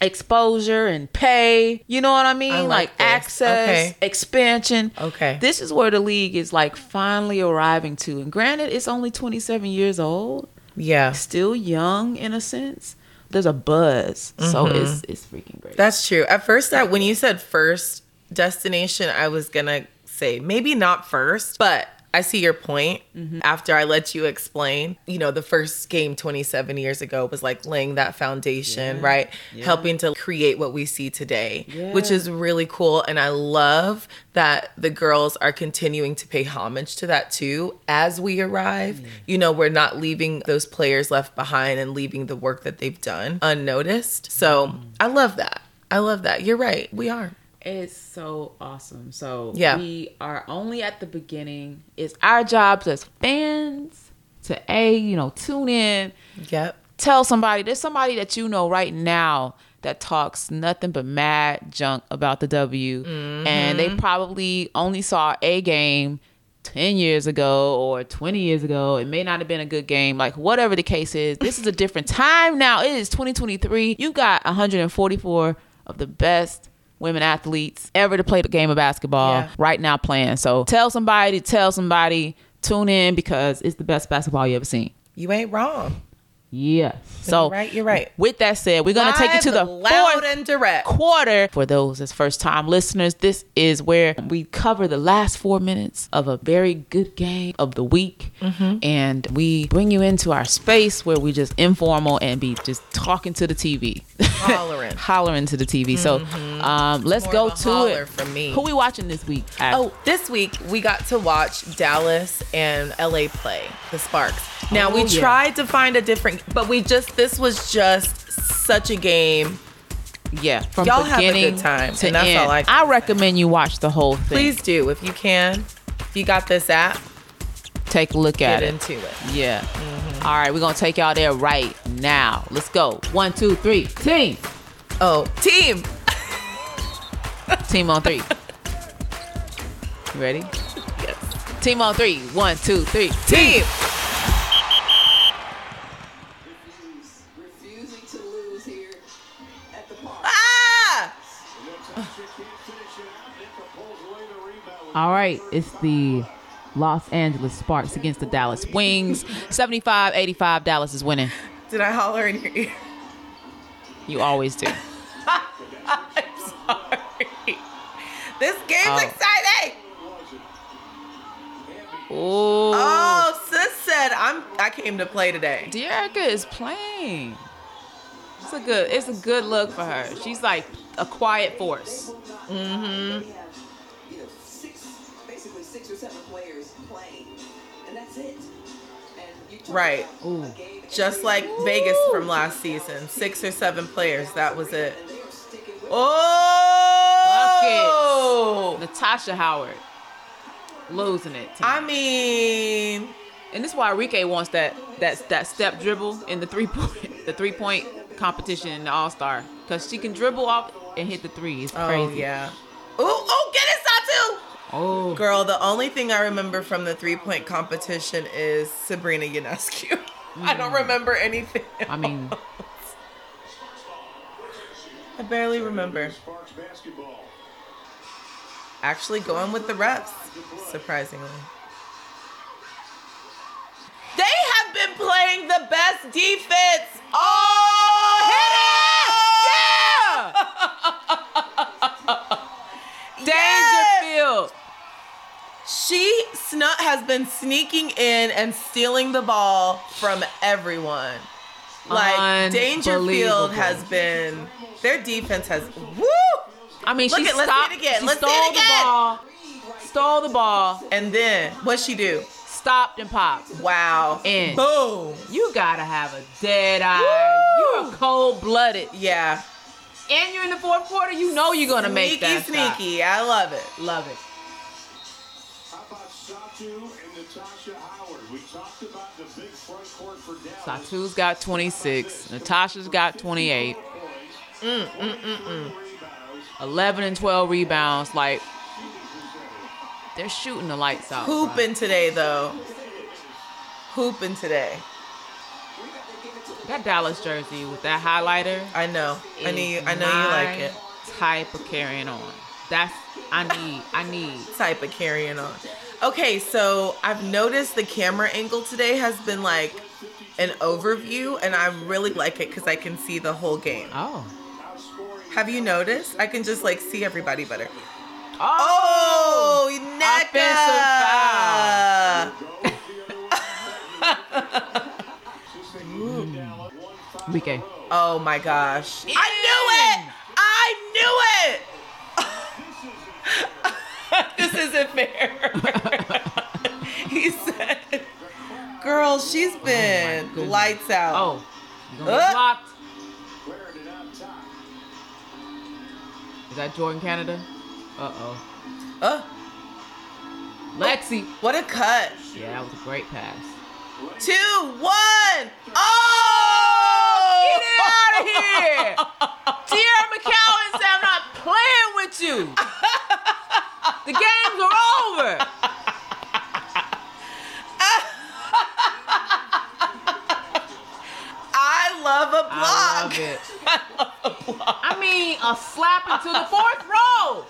Speaker 1: exposure and pay. You know what I mean?
Speaker 2: I like this.
Speaker 1: access,
Speaker 2: Okay.
Speaker 1: expansion.
Speaker 2: Okay.
Speaker 1: This is where the league is like finally arriving to. And granted, it's only 27 years old,
Speaker 2: yeah.
Speaker 1: still young in a sense. There's a buzz, so
Speaker 2: Mm-hmm.
Speaker 1: it's it's freaking great.
Speaker 2: That's true. At first, that when you said first destination, I was gonna say maybe not first, but I see your point. After I let you explain, you know, the first game 27 years ago was like laying that foundation, right? Helping to create what we see today, which
Speaker 1: Yeah.
Speaker 2: is really cool. And I love that the girls are continuing to pay homage to that too as we arrive.
Speaker 1: Mm.
Speaker 2: You know, we're not leaving those players left behind and leaving the work that they've done unnoticed. So
Speaker 1: Mm.
Speaker 2: I love that. I love that. You're right. We are.
Speaker 1: It's so awesome. So
Speaker 2: Yeah.
Speaker 1: we are only at the beginning. It's our jobs as fans to a you know tune in,
Speaker 2: Yep.
Speaker 1: tell somebody. There's somebody that you know right now that talks nothing but mad junk about the W, and
Speaker 2: Mm-hmm.
Speaker 1: they probably only saw a game. 10 years ago or 20 years ago it may not have been a good game like whatever the case is this is a different time now it is 2023 you got 144 of the best women athletes ever to play the game of basketball
Speaker 2: Yeah.
Speaker 1: right now playing so tell somebody tell somebody tune in because it's the best basketball you ever seen
Speaker 2: You ain't wrong.
Speaker 1: yeah so
Speaker 2: you're right, you're right.
Speaker 1: with that said we're gonna take you to the
Speaker 2: Live, loud
Speaker 1: fourth
Speaker 2: and direct.
Speaker 1: *laughs* quarter. For those as first time listeners, this is where we cover the last four minutes of a very good game of the week.
Speaker 2: Mm-hmm.
Speaker 1: And we bring you into our space where we just informal and be just talking to the TV. *laughs*
Speaker 2: Hollering. Mm-hmm.
Speaker 1: Hollering to the TV. So um, let's
Speaker 2: More
Speaker 1: go
Speaker 2: of a
Speaker 1: to
Speaker 2: holler
Speaker 1: it.
Speaker 2: for me.
Speaker 1: Who we watching this week?
Speaker 2: Oh, this week we got to watch Dallas and LA play the Sparks. Now
Speaker 1: Oh,
Speaker 2: we
Speaker 1: yeah.
Speaker 2: tried to find a different, but we just this was just such a game.
Speaker 1: yeah. From
Speaker 2: Oh, y'all have a good
Speaker 1: beginning
Speaker 2: time,
Speaker 1: to
Speaker 2: and that's
Speaker 1: end.
Speaker 2: all I-
Speaker 1: recommend you watch the whole thing.
Speaker 2: Please do if you can. If you got this app,
Speaker 1: take a look at
Speaker 2: get
Speaker 1: it.
Speaker 2: into it.
Speaker 1: Yeah. All right, we're gonna take y'all there right now. Let's go. One, two, three. Team.
Speaker 2: Oh, team,
Speaker 1: Team on *laughs* three. You ready?
Speaker 2: yes,
Speaker 1: Team on three. One, two, three.
Speaker 2: team.
Speaker 3: refusing to lose here at the park.
Speaker 2: Ah!
Speaker 1: All right, it's the Los Angeles Sparks against the Dallas Wings. 75 85, Dallas is winning.
Speaker 2: Did I holler in your ear? *laughs*
Speaker 1: You always do.
Speaker 2: I'm sorry. This game's
Speaker 1: Oh.
Speaker 2: exciting.
Speaker 1: Ooh.
Speaker 2: Oh, sis said I'm. I came to play today.
Speaker 1: Dearica is playing. It's a good it's a good look for her. She's like a quiet force.
Speaker 3: We have, you know, six, basically six or seven players playing, and that's it. And you talk
Speaker 2: Right.
Speaker 3: about
Speaker 1: Ooh.
Speaker 3: a game
Speaker 2: Just
Speaker 3: every
Speaker 2: like
Speaker 3: week,
Speaker 2: Vegas from last season, six or seven players. That was it.
Speaker 3: and they are sticking with
Speaker 2: Oh,
Speaker 1: Natasha Howard losing it. tonight.
Speaker 2: I mean,
Speaker 1: And this is why Enrique wants that that that step dribble in the three *laughs* point the three point competition in the All Star because she can dribble off and hit the three. It's crazy.
Speaker 2: oh yeah. Ooh, ooh, get it, Satu!
Speaker 1: Oh.
Speaker 2: Girl, the only thing I remember from the three point competition is Sabrina Ionescu. *laughs* I don't remember anything.
Speaker 1: I mean,
Speaker 2: *laughs* I barely remember.
Speaker 4: Sparks basketball.
Speaker 2: Actually, going with the reps, surprisingly. They have been playing the best defense. Oh, hit it! Yeah!
Speaker 1: Dangerfield.
Speaker 2: She snuck has been sneaking in and stealing the ball from everyone. Like
Speaker 1: Unbelievable.
Speaker 2: Dangerfield has been their defense has woo
Speaker 1: I mean, she
Speaker 2: Look at- let's see
Speaker 1: stopped.
Speaker 2: it again.
Speaker 1: She
Speaker 2: Let's see
Speaker 1: stole
Speaker 2: it again.
Speaker 1: the ball. Stole the ball.
Speaker 2: and then what she do?
Speaker 1: Stopped and popped.
Speaker 2: Wow.
Speaker 1: In.
Speaker 2: boom.
Speaker 1: You gotta have a dead eye.
Speaker 2: Woo.
Speaker 1: You're cold blooded,
Speaker 2: Yeah.
Speaker 1: and you're in the fourth quarter. You know you're gonna
Speaker 2: sneaky
Speaker 1: make that shot.
Speaker 2: sneaky. I love it.
Speaker 1: Love it.
Speaker 4: How about Satu and Natasha Howard? We talked about the big front court for Dallas.
Speaker 1: Satu's got 26. Natasha's got Mm, 28.
Speaker 4: Rebounds.
Speaker 1: 11 and 12 rebounds. Like, they're shooting the lights out. bro.
Speaker 2: Hooping today though. Hooping today.
Speaker 1: That Dallas jersey with that highlighter.
Speaker 2: I know. I
Speaker 1: is
Speaker 2: knew I know you like
Speaker 1: my
Speaker 2: it.
Speaker 1: Type of carrying on. That's, I need, I need.
Speaker 2: type of carrying on. Okay, so I've noticed the camera angle today has been like an overview, and I really like it because I can see the whole game.
Speaker 1: Oh.
Speaker 2: Have you noticed? I can just like see everybody better.
Speaker 1: Oh!
Speaker 2: Oh, Neka!
Speaker 1: Offensive Enrique.
Speaker 2: Oh my gosh! I knew it! I knew it! *laughs* this isn't fair. *laughs* he said, "Girl, she's been
Speaker 1: goodness.
Speaker 2: lights out."
Speaker 1: Oh. You're gonna
Speaker 2: Uh.
Speaker 1: get blocked.
Speaker 4: Claire did out top.
Speaker 1: Is that Jordan Canada? Uh oh.
Speaker 2: Uh,
Speaker 1: Lexi.
Speaker 2: what a cut!
Speaker 1: Yeah, that was a great pass.
Speaker 2: two, one. Oh!
Speaker 1: Get it out of here! with you? the games are over.
Speaker 2: I love a block.
Speaker 1: *laughs* I love it. *laughs* I mean, a slap into the fourth row.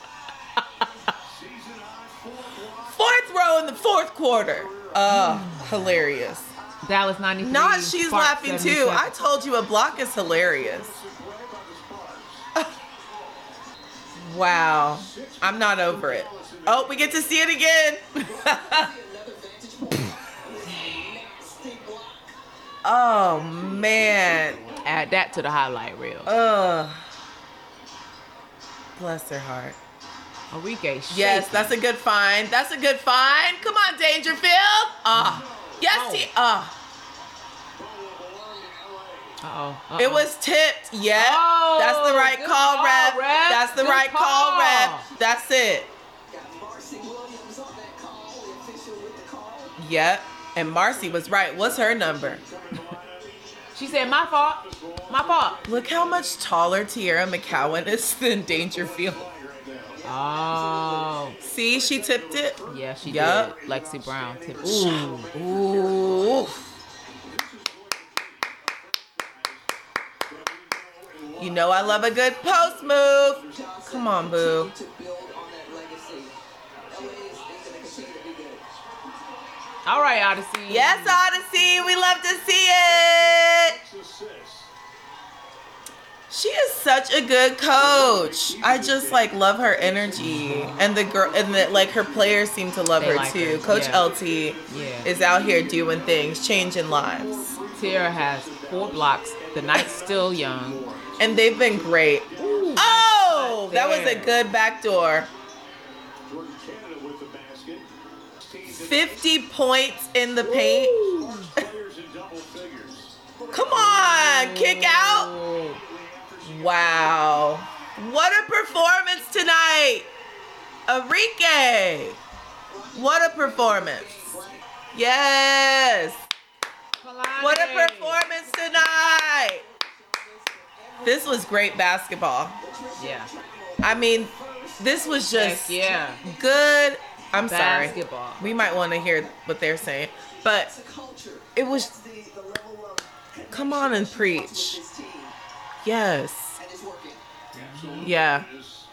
Speaker 2: Fourth row in the fourth quarter. Uh, hilarious.
Speaker 1: Dallas 93.
Speaker 2: Not she's
Speaker 1: Sparks
Speaker 2: laughing too.
Speaker 1: 77.
Speaker 2: I told you a block is hilarious. *laughs* wow. I'm not over it. Oh, we get to see it again. *laughs*
Speaker 3: Another vantage point. This is a nasty block.
Speaker 2: Oh man.
Speaker 1: Add that to the highlight reel.
Speaker 2: Ugh. Bless her heart.
Speaker 1: Enrique, shake.
Speaker 2: Yes, that's a good find. That's a good find. Come on, Dangerfield. Ah. yes, he. Ah.
Speaker 1: Uh-oh, uh-oh.
Speaker 2: It was tipped. Yeah.
Speaker 1: Oh,
Speaker 2: That's the right
Speaker 1: good
Speaker 2: call,
Speaker 1: call,
Speaker 2: ref.
Speaker 1: ref.
Speaker 2: That's the
Speaker 1: Good
Speaker 2: right call,
Speaker 1: call.
Speaker 2: ref. That's it.
Speaker 3: Got Marcy Williams on that call, the official with the call.
Speaker 2: Yep. And Marcy was right. What's her number?
Speaker 1: She said, "My fault. My fault."
Speaker 2: Look how much taller Tierra McCowan is *laughs* than Dangerfield.
Speaker 1: Oh,
Speaker 2: See, she tipped it.
Speaker 1: yeah, she
Speaker 2: Yup.
Speaker 1: did. Lexi Brown tipped.
Speaker 2: Ooh. Ooh. You know I love a good post move. Come on, boo.
Speaker 3: To build on that legacy. LA is, is going to continue to be good.
Speaker 1: All right, Odyssey.
Speaker 2: Yes, Odyssey, we love to see it. She is such a good coach. I just like love her energy, and the girl, and the, like her players seem to love
Speaker 1: They
Speaker 2: her
Speaker 1: like
Speaker 2: too.
Speaker 1: her,
Speaker 2: Coach
Speaker 1: yeah.
Speaker 2: LT
Speaker 1: Yeah.
Speaker 2: is out here doing things, changing lives,
Speaker 1: Tierra has four blocks. The night's still young.
Speaker 2: and they've been great. oh, that was a
Speaker 1: there.
Speaker 2: good backdoor.
Speaker 4: Jordan Canada with the basket.
Speaker 2: 50 points in the paint.
Speaker 4: Players in double figures.
Speaker 2: Come on, kick out.
Speaker 1: Ooh.
Speaker 2: Wow. What a performance tonight. Enrique. What a performance. Yes. What a
Speaker 1: Kalani.
Speaker 2: performance tonight. This was great basketball.
Speaker 1: Yeah.
Speaker 2: I mean, this was just
Speaker 1: Heck yeah.
Speaker 2: good. I'm
Speaker 1: Basketball.
Speaker 2: sorry. We might want to hear what they're saying, but
Speaker 3: Culture.
Speaker 2: it was
Speaker 3: The, the level of connection
Speaker 2: come on and
Speaker 3: with
Speaker 2: preach.
Speaker 3: this team,
Speaker 2: Yes.
Speaker 3: and it's working.
Speaker 2: Yeah.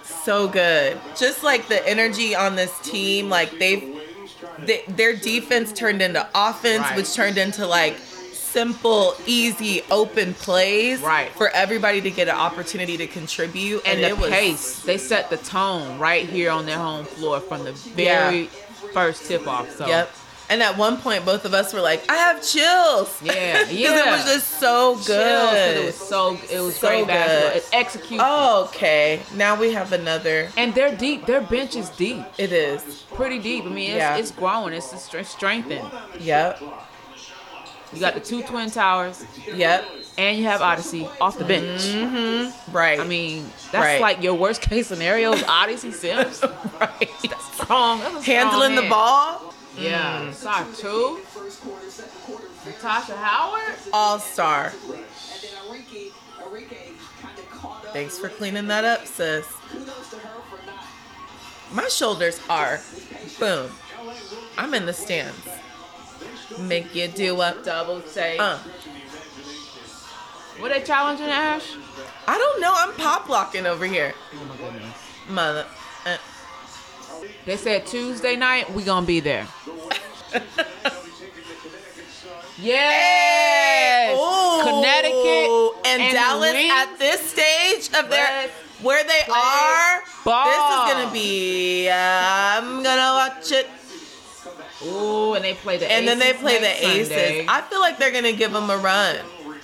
Speaker 2: So good. Just like the energy on this team, like they've
Speaker 4: Wings trying to
Speaker 2: they, their defense turned into offense,
Speaker 1: Right.
Speaker 2: which turned into like simple, easy, open plays
Speaker 1: Right.
Speaker 2: for everybody to get an opportunity to contribute.
Speaker 1: And, the
Speaker 2: it was
Speaker 1: pace. They set the tone right here on their home floor from the very first tip off. So
Speaker 2: Yep. And at one point, both of us were like, "I have chills."
Speaker 1: Yeah,
Speaker 2: *laughs* 'Cause it
Speaker 1: yeah.
Speaker 2: was just so
Speaker 1: chills, 'cause
Speaker 2: good.
Speaker 1: It was so it was
Speaker 2: So
Speaker 1: great
Speaker 2: good. Oh.
Speaker 1: basketball. It's execution.
Speaker 2: okay, now we have another.
Speaker 1: And they're deep. Their bench is deep.
Speaker 2: It is.
Speaker 1: Pretty deep. I mean, it's,
Speaker 2: Yeah.
Speaker 1: it's growing. It's stre- strengthened.
Speaker 2: Yep.
Speaker 1: You got the two twin towers,
Speaker 2: Yep.
Speaker 1: and you have Odyssey off the bench.
Speaker 2: Right.
Speaker 1: I mean, *laughs* that's
Speaker 2: Mm-hmm. Right.
Speaker 1: like your worst case scenario is Odyssey
Speaker 2: *laughs*
Speaker 1: Sims. right. That's strong. That's a strong
Speaker 2: handling the
Speaker 1: hand.
Speaker 2: ball, Mm.
Speaker 1: Yeah. Sartu. Natasha Howard.
Speaker 2: all star.
Speaker 3: And then Enrique, Enrique kind of caught up.
Speaker 2: Thanks for cleaning that up, sis.
Speaker 3: Kudos to her for not.
Speaker 2: My shoulders are boom. I'm in the stands. Make you do a
Speaker 1: Double take.
Speaker 2: uh.
Speaker 1: Were they challenging Ash?
Speaker 2: I don't know. I'm pop locking over here. Mother. Uh,
Speaker 1: They said Tuesday night we gonna be there. yes.
Speaker 2: Ooh.
Speaker 1: Connecticut
Speaker 2: Oh, and,
Speaker 1: and the
Speaker 2: Dallas
Speaker 1: Wings.
Speaker 2: at this stage of their
Speaker 1: Let's
Speaker 2: where they are. This
Speaker 1: ball.
Speaker 2: is gonna be. Uh, I'm gonna watch it,
Speaker 1: Ooh, and they play the.
Speaker 2: and then they
Speaker 1: Aces
Speaker 2: play
Speaker 1: next
Speaker 2: the Aces.
Speaker 1: Sunday.
Speaker 2: I feel like they're gonna give them a run.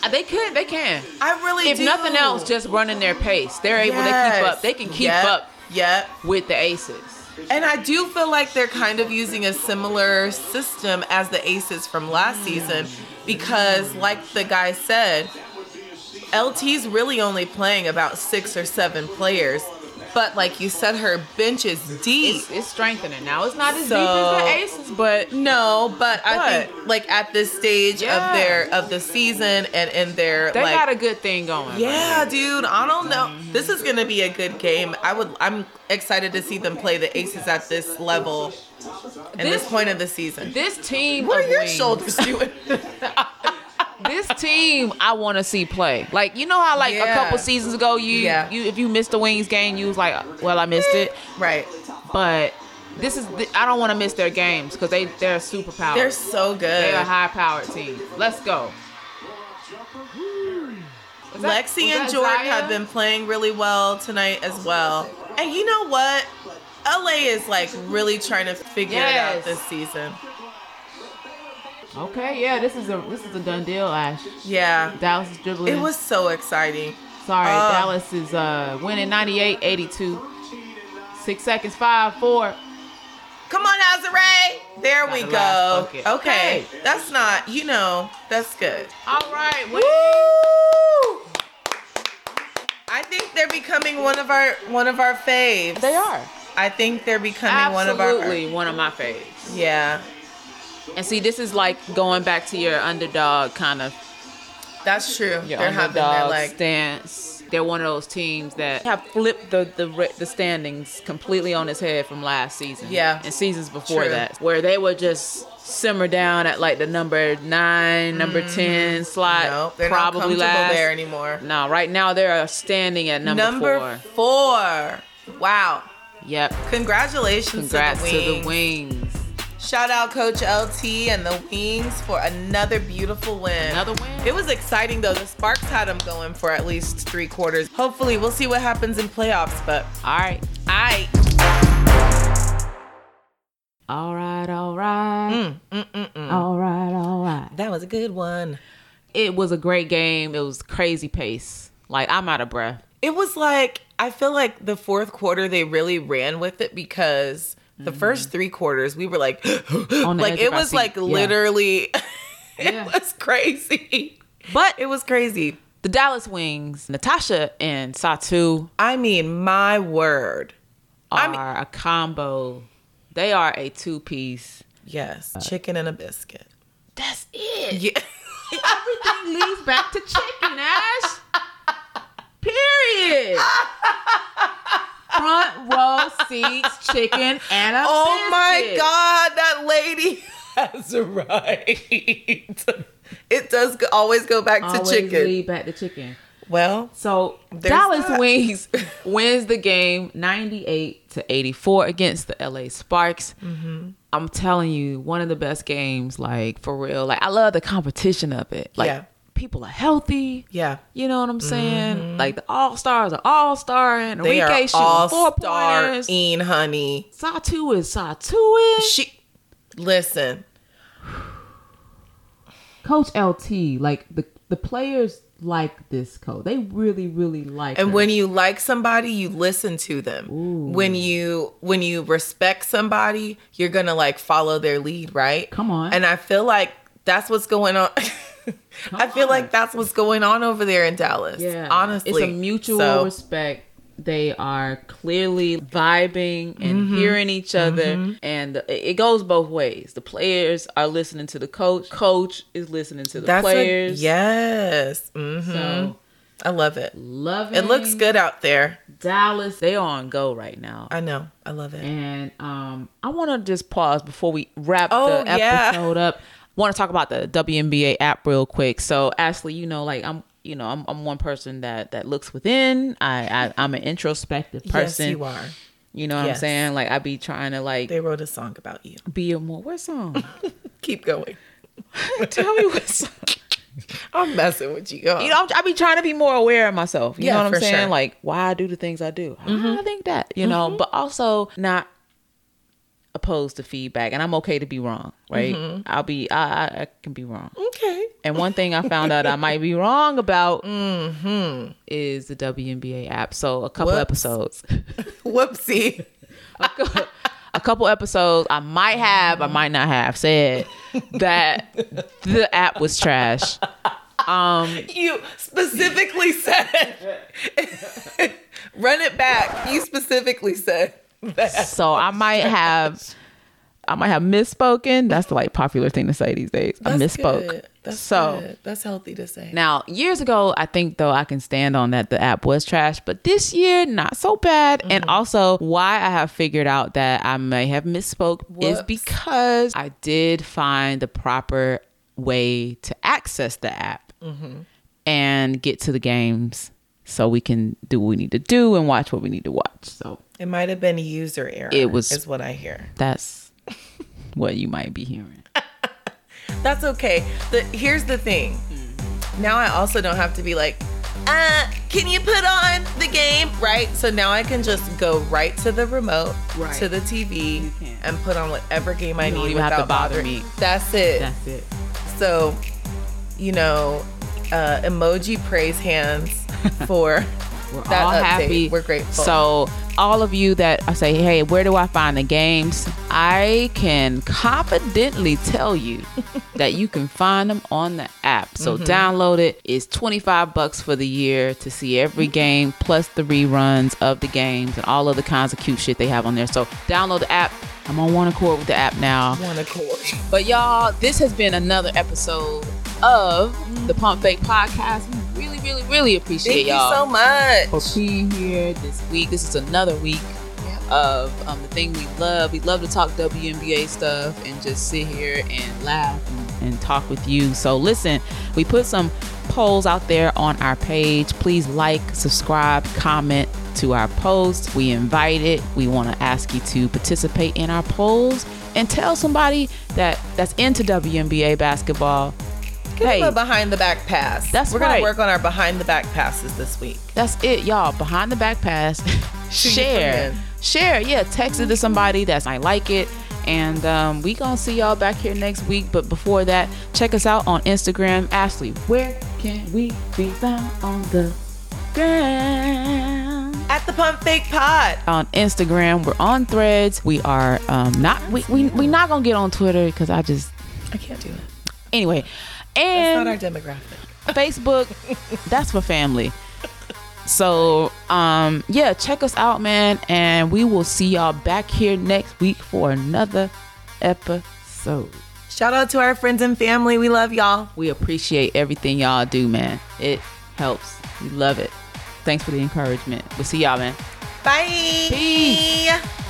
Speaker 1: Uh, they can. They can.
Speaker 2: I really
Speaker 1: If
Speaker 2: do.
Speaker 1: nothing else, just running their pace. They're able to keep
Speaker 2: Yes.
Speaker 1: up. They can keep
Speaker 2: Yep.
Speaker 1: up
Speaker 2: Yep.
Speaker 1: with the Aces.
Speaker 2: And I do feel like they're kind of using a similar system as the Aces from last season because, like the guy said, LT's really only playing about six or seven players. But like you said, her bench is deep.
Speaker 1: It's, it's strengthening now. It's not as
Speaker 2: So-
Speaker 1: deep as the Aces, but
Speaker 2: no, but I
Speaker 1: But-
Speaker 2: think like at this stage
Speaker 1: Yeah.
Speaker 2: of their of the season and in their
Speaker 1: they
Speaker 2: like
Speaker 1: got a good thing going.
Speaker 2: Yeah, dude. I don't know. This is gonna be a good game. I would. I'm excited to see them play the Aces at this level and this,
Speaker 1: This-
Speaker 2: point of the season.
Speaker 1: This team.
Speaker 2: What
Speaker 1: of
Speaker 2: are your
Speaker 1: wings-
Speaker 2: *laughs* shoulders doing?
Speaker 1: this team I want to see play. Like you know how like a
Speaker 2: Yeah.
Speaker 1: couple seasons ago you
Speaker 2: Yeah.
Speaker 1: you if you missed the Wings game you was like well I missed it,
Speaker 2: right.
Speaker 1: but this is the, I don't want to miss their games because they they're superpower.
Speaker 2: They're so
Speaker 1: They're a
Speaker 2: good.
Speaker 1: high powered team. Let's go. Was that-
Speaker 2: Lexi
Speaker 1: was
Speaker 2: and
Speaker 1: that
Speaker 2: Jordan
Speaker 1: Zaya?
Speaker 2: have been playing really well tonight as well. And you know what? LA is like really trying to figure it
Speaker 1: Yes.
Speaker 2: out this season.
Speaker 1: Okay, yeah, this is a this is a done deal, Ash.
Speaker 2: Yeah.
Speaker 1: Dallas is dribbling.
Speaker 2: It was so exciting.
Speaker 1: sorry.
Speaker 2: uh,
Speaker 1: Dallas is uh winning 98-82. Six seconds, five, four.
Speaker 2: Come on, Azare. There we
Speaker 1: the
Speaker 2: go.
Speaker 1: last bucket.
Speaker 2: Okay. That's not, you know, that's good.
Speaker 1: All right, Wings.
Speaker 2: I think they're becoming one of our one of our faves.
Speaker 1: They are
Speaker 2: I think they're becoming
Speaker 1: absolutely
Speaker 2: one of
Speaker 1: one of my faves.
Speaker 2: our Yeah.
Speaker 1: And see, this is like going back to your underdog kind of
Speaker 2: That's true.
Speaker 1: your
Speaker 2: they're having their
Speaker 1: underdog
Speaker 2: like
Speaker 1: stance. They're one of those teams that have flipped the, the re- the standings completely on its head from last season.
Speaker 2: Yeah.
Speaker 1: and seasons before
Speaker 2: True.
Speaker 1: that, where they would just simmer down at like the number nine, number ten slot,
Speaker 2: no, Mm-hmm. they're
Speaker 1: Uh, probably
Speaker 2: not comfortable
Speaker 1: last.
Speaker 2: there anymore.
Speaker 1: No, right now they are standing at number, four.
Speaker 2: four. Wow.
Speaker 1: Yep.
Speaker 2: Congratulations
Speaker 1: Congrats
Speaker 2: to, the Wings.
Speaker 1: wings.
Speaker 2: Shout out Coach LT and the Wings for another beautiful win.
Speaker 1: Another win.
Speaker 2: It was exciting though. The Sparks had them going for at least three quarters. Hopefully, we'll see what happens in playoffs, but
Speaker 1: All right.
Speaker 2: I
Speaker 1: All right. All right. All right. All right.
Speaker 2: that was a good one.
Speaker 1: it was a great game. It was crazy pace. Like I'm out of breath.
Speaker 2: It was like I feel like the fourth quarter they really ran with it because the first three quarters we were like
Speaker 1: Mm-hmm.
Speaker 2: *gasps*
Speaker 1: the
Speaker 2: like
Speaker 1: edge
Speaker 2: it
Speaker 1: of our
Speaker 2: was
Speaker 1: seat.
Speaker 2: like
Speaker 1: Yeah.
Speaker 2: literally *laughs* it
Speaker 1: Yeah.
Speaker 2: was crazy.
Speaker 1: But
Speaker 2: It was crazy.
Speaker 1: the Dallas Wings, Natasha and Satu
Speaker 2: I mean, my word.
Speaker 1: are
Speaker 2: I mean-
Speaker 1: a combo. They are a two piece.
Speaker 2: Yes, chicken and a biscuit.
Speaker 1: That's it.
Speaker 2: Yeah.
Speaker 1: Everything leads back to chicken, Ash.
Speaker 2: *laughs*
Speaker 1: Period. Front row seats, chicken, and a
Speaker 2: *laughs* Oh my
Speaker 1: biscuit.
Speaker 2: God, that lady *laughs* has a right. It does go- always go back
Speaker 1: Always
Speaker 2: to chicken.
Speaker 1: lead back to chicken.
Speaker 2: Well,
Speaker 1: So
Speaker 2: There's
Speaker 1: Dallas
Speaker 2: that. *laughs*
Speaker 1: Wings wins the game 98 to 84 against the LA Sparks.
Speaker 2: Mm-hmm.
Speaker 1: I'm telling you, one of the best games, like for real. Like I love the competition of it. Like
Speaker 2: Yeah.
Speaker 1: people are healthy.
Speaker 2: yeah.
Speaker 1: You know what I'm saying? Like the all stars are all starring.
Speaker 2: Mm-hmm. They
Speaker 1: Enrique
Speaker 2: are
Speaker 1: shooting
Speaker 2: all
Speaker 1: four pointers.
Speaker 2: starring, honey.
Speaker 1: Satu is Satu is.
Speaker 2: She, listen,
Speaker 1: Coach LT, like the the players like this coach. They really, really like
Speaker 2: and
Speaker 1: her.
Speaker 2: when you like somebody, you listen to them. When you when you respect somebody, you're gonna like follow their lead, right?
Speaker 1: Come on.
Speaker 2: And I feel like that's what's going on. *laughs* I feel
Speaker 1: on.
Speaker 2: like that's what's going on over there in Dallas.
Speaker 1: Yeah.
Speaker 2: honestly,
Speaker 1: It's a mutual
Speaker 2: So,
Speaker 1: respect. They are clearly vibing and
Speaker 2: Mm-hmm.
Speaker 1: hearing each other. And it- it goes both ways. The players are listening to the coach, coach is listening to the
Speaker 2: that's a-
Speaker 1: players.
Speaker 2: yes, hmm
Speaker 1: So,
Speaker 2: I love it.
Speaker 1: loving
Speaker 2: It looks good out there.
Speaker 1: Dallas, they are on go right now.
Speaker 2: I know. I love it.
Speaker 1: And um, I want to just pause before we wrap
Speaker 2: Oh,
Speaker 1: the
Speaker 2: yeah.
Speaker 1: episode up. Want to talk about the WNBA app real quick? So Ashley, you know, like I'm, you know, I'm, I'm one person that that looks within. I, I I'm an introspective person.
Speaker 2: Yes, you are.
Speaker 1: You know what
Speaker 2: Yes.
Speaker 1: I'm saying? Like I be trying to like
Speaker 2: They wrote a song about you.
Speaker 1: be a more. What
Speaker 2: *laughs*
Speaker 1: song?
Speaker 2: Keep going.
Speaker 1: Tell me what song.
Speaker 2: I'm messing with you.
Speaker 1: You know, I be trying to be more aware of myself. You
Speaker 2: Yeah,
Speaker 1: know what I'm
Speaker 2: for
Speaker 1: saying?
Speaker 2: sure. Mm-hmm.
Speaker 1: Like why I do the things I do. I think that you know, but also not opposed to feedback, and I'm okay to be wrong. Right?
Speaker 2: Mm-hmm.
Speaker 1: I'll be. I, I I can be wrong.
Speaker 2: okay.
Speaker 1: And one thing I found out I might be wrong about is the WNBA app. So a couple
Speaker 2: Mm-hmm. Whoops.
Speaker 1: episodes.
Speaker 2: Whoopsie.
Speaker 1: a cou- a couple episodes I might have, I might not have said that the app was trash. Um,
Speaker 2: You specifically said, *laughs* run it back. You specifically said that.
Speaker 1: so I might have, I might have misspoken. That's the like popular thing to say these days. I
Speaker 2: That's
Speaker 1: misspoke.
Speaker 2: good. That's
Speaker 1: so
Speaker 2: good. that's healthy to say.
Speaker 1: Now, years ago, I think though I can stand on that the app was trash, but this year not so bad.
Speaker 2: Mm-hmm.
Speaker 1: And also, why I have figured out that I may have misspoke is
Speaker 2: Whoops.
Speaker 1: because I did find the proper way to access the app
Speaker 2: Mm-hmm.
Speaker 1: and get to the games so we can do what we need to do and watch what we need to watch. So
Speaker 2: It might have been a user error.
Speaker 1: It was-
Speaker 2: is what I hear.
Speaker 1: that's what you might be hearing.
Speaker 2: That's okay. The here's the thing. Now I also don't have to be like, uh, can you put on the game? Right? So now I can just go right to the remote,
Speaker 1: Right.
Speaker 2: to the TV,
Speaker 1: You can.
Speaker 2: and put on whatever game I
Speaker 1: You don't
Speaker 2: need
Speaker 1: even have to
Speaker 2: without
Speaker 1: bother
Speaker 2: bothering-
Speaker 1: me.
Speaker 2: That's it.
Speaker 1: That's it.
Speaker 2: So, you know, uh, emoji praise
Speaker 1: *laughs*
Speaker 2: hands for
Speaker 1: We're
Speaker 2: that
Speaker 1: all
Speaker 2: update.
Speaker 1: happy.
Speaker 2: We're grateful.
Speaker 1: So, all of you that I say, hey, where do I find the games? I can confidently tell
Speaker 2: *laughs*
Speaker 1: you that you can find them on the app. So,
Speaker 2: Mm-hmm.
Speaker 1: download it. It's 25 bucks for the year to see
Speaker 2: Mm-hmm.
Speaker 1: every game, plus the reruns of the games and all of the kinds of cute shit they have on there. So, download the app. I'm on one accord with the app now.
Speaker 2: one accord.
Speaker 1: But y'all, this has been another episode of the Pump Fake Podcast. We really, really, really appreciate
Speaker 2: Thank
Speaker 1: y'all
Speaker 2: you so much.
Speaker 1: for being here this week. This is another week of um, the thing we love. We love to talk WNBA stuff and just sit here and laugh and, and talk with you. So, listen, we put some polls out there on our page. Please like, subscribe, comment to our posts. We invite it. We want to ask you to participate in our polls and tell somebody that that's into WNBA basketball.
Speaker 2: Give
Speaker 1: hey,
Speaker 2: them a behind the back pass.
Speaker 1: That's
Speaker 2: We're gonna
Speaker 1: right.
Speaker 2: work on our behind the back passes this week.
Speaker 1: That's it, y'all. Behind the back *laughs*
Speaker 2: *laughs*
Speaker 1: pass.
Speaker 2: your
Speaker 1: share.
Speaker 2: friend.
Speaker 1: Share. Yeah, text it to somebody that might like it. And um, we gonna see y'all back here next week. But before that, check us out on Instagram. Ashley, where can we be found on the gram?
Speaker 2: At the Pump Fake Pod.
Speaker 1: On Instagram, we're on Threads. We are um, not. We we we not gonna get on Twitter because I just
Speaker 2: I can't do it.
Speaker 1: anyway.
Speaker 2: It's
Speaker 1: And
Speaker 2: not our demographic.
Speaker 1: Facebook, that's for family. So, um, yeah, check us out, man, and we will see y'all back here next week for another episode.
Speaker 2: Shout out to our friends and family. We love y'all.
Speaker 1: We appreciate everything y'all do, man. It helps. We love it. Thanks for the encouragement. We'll see y'all, man.
Speaker 2: Bye.
Speaker 1: Peace.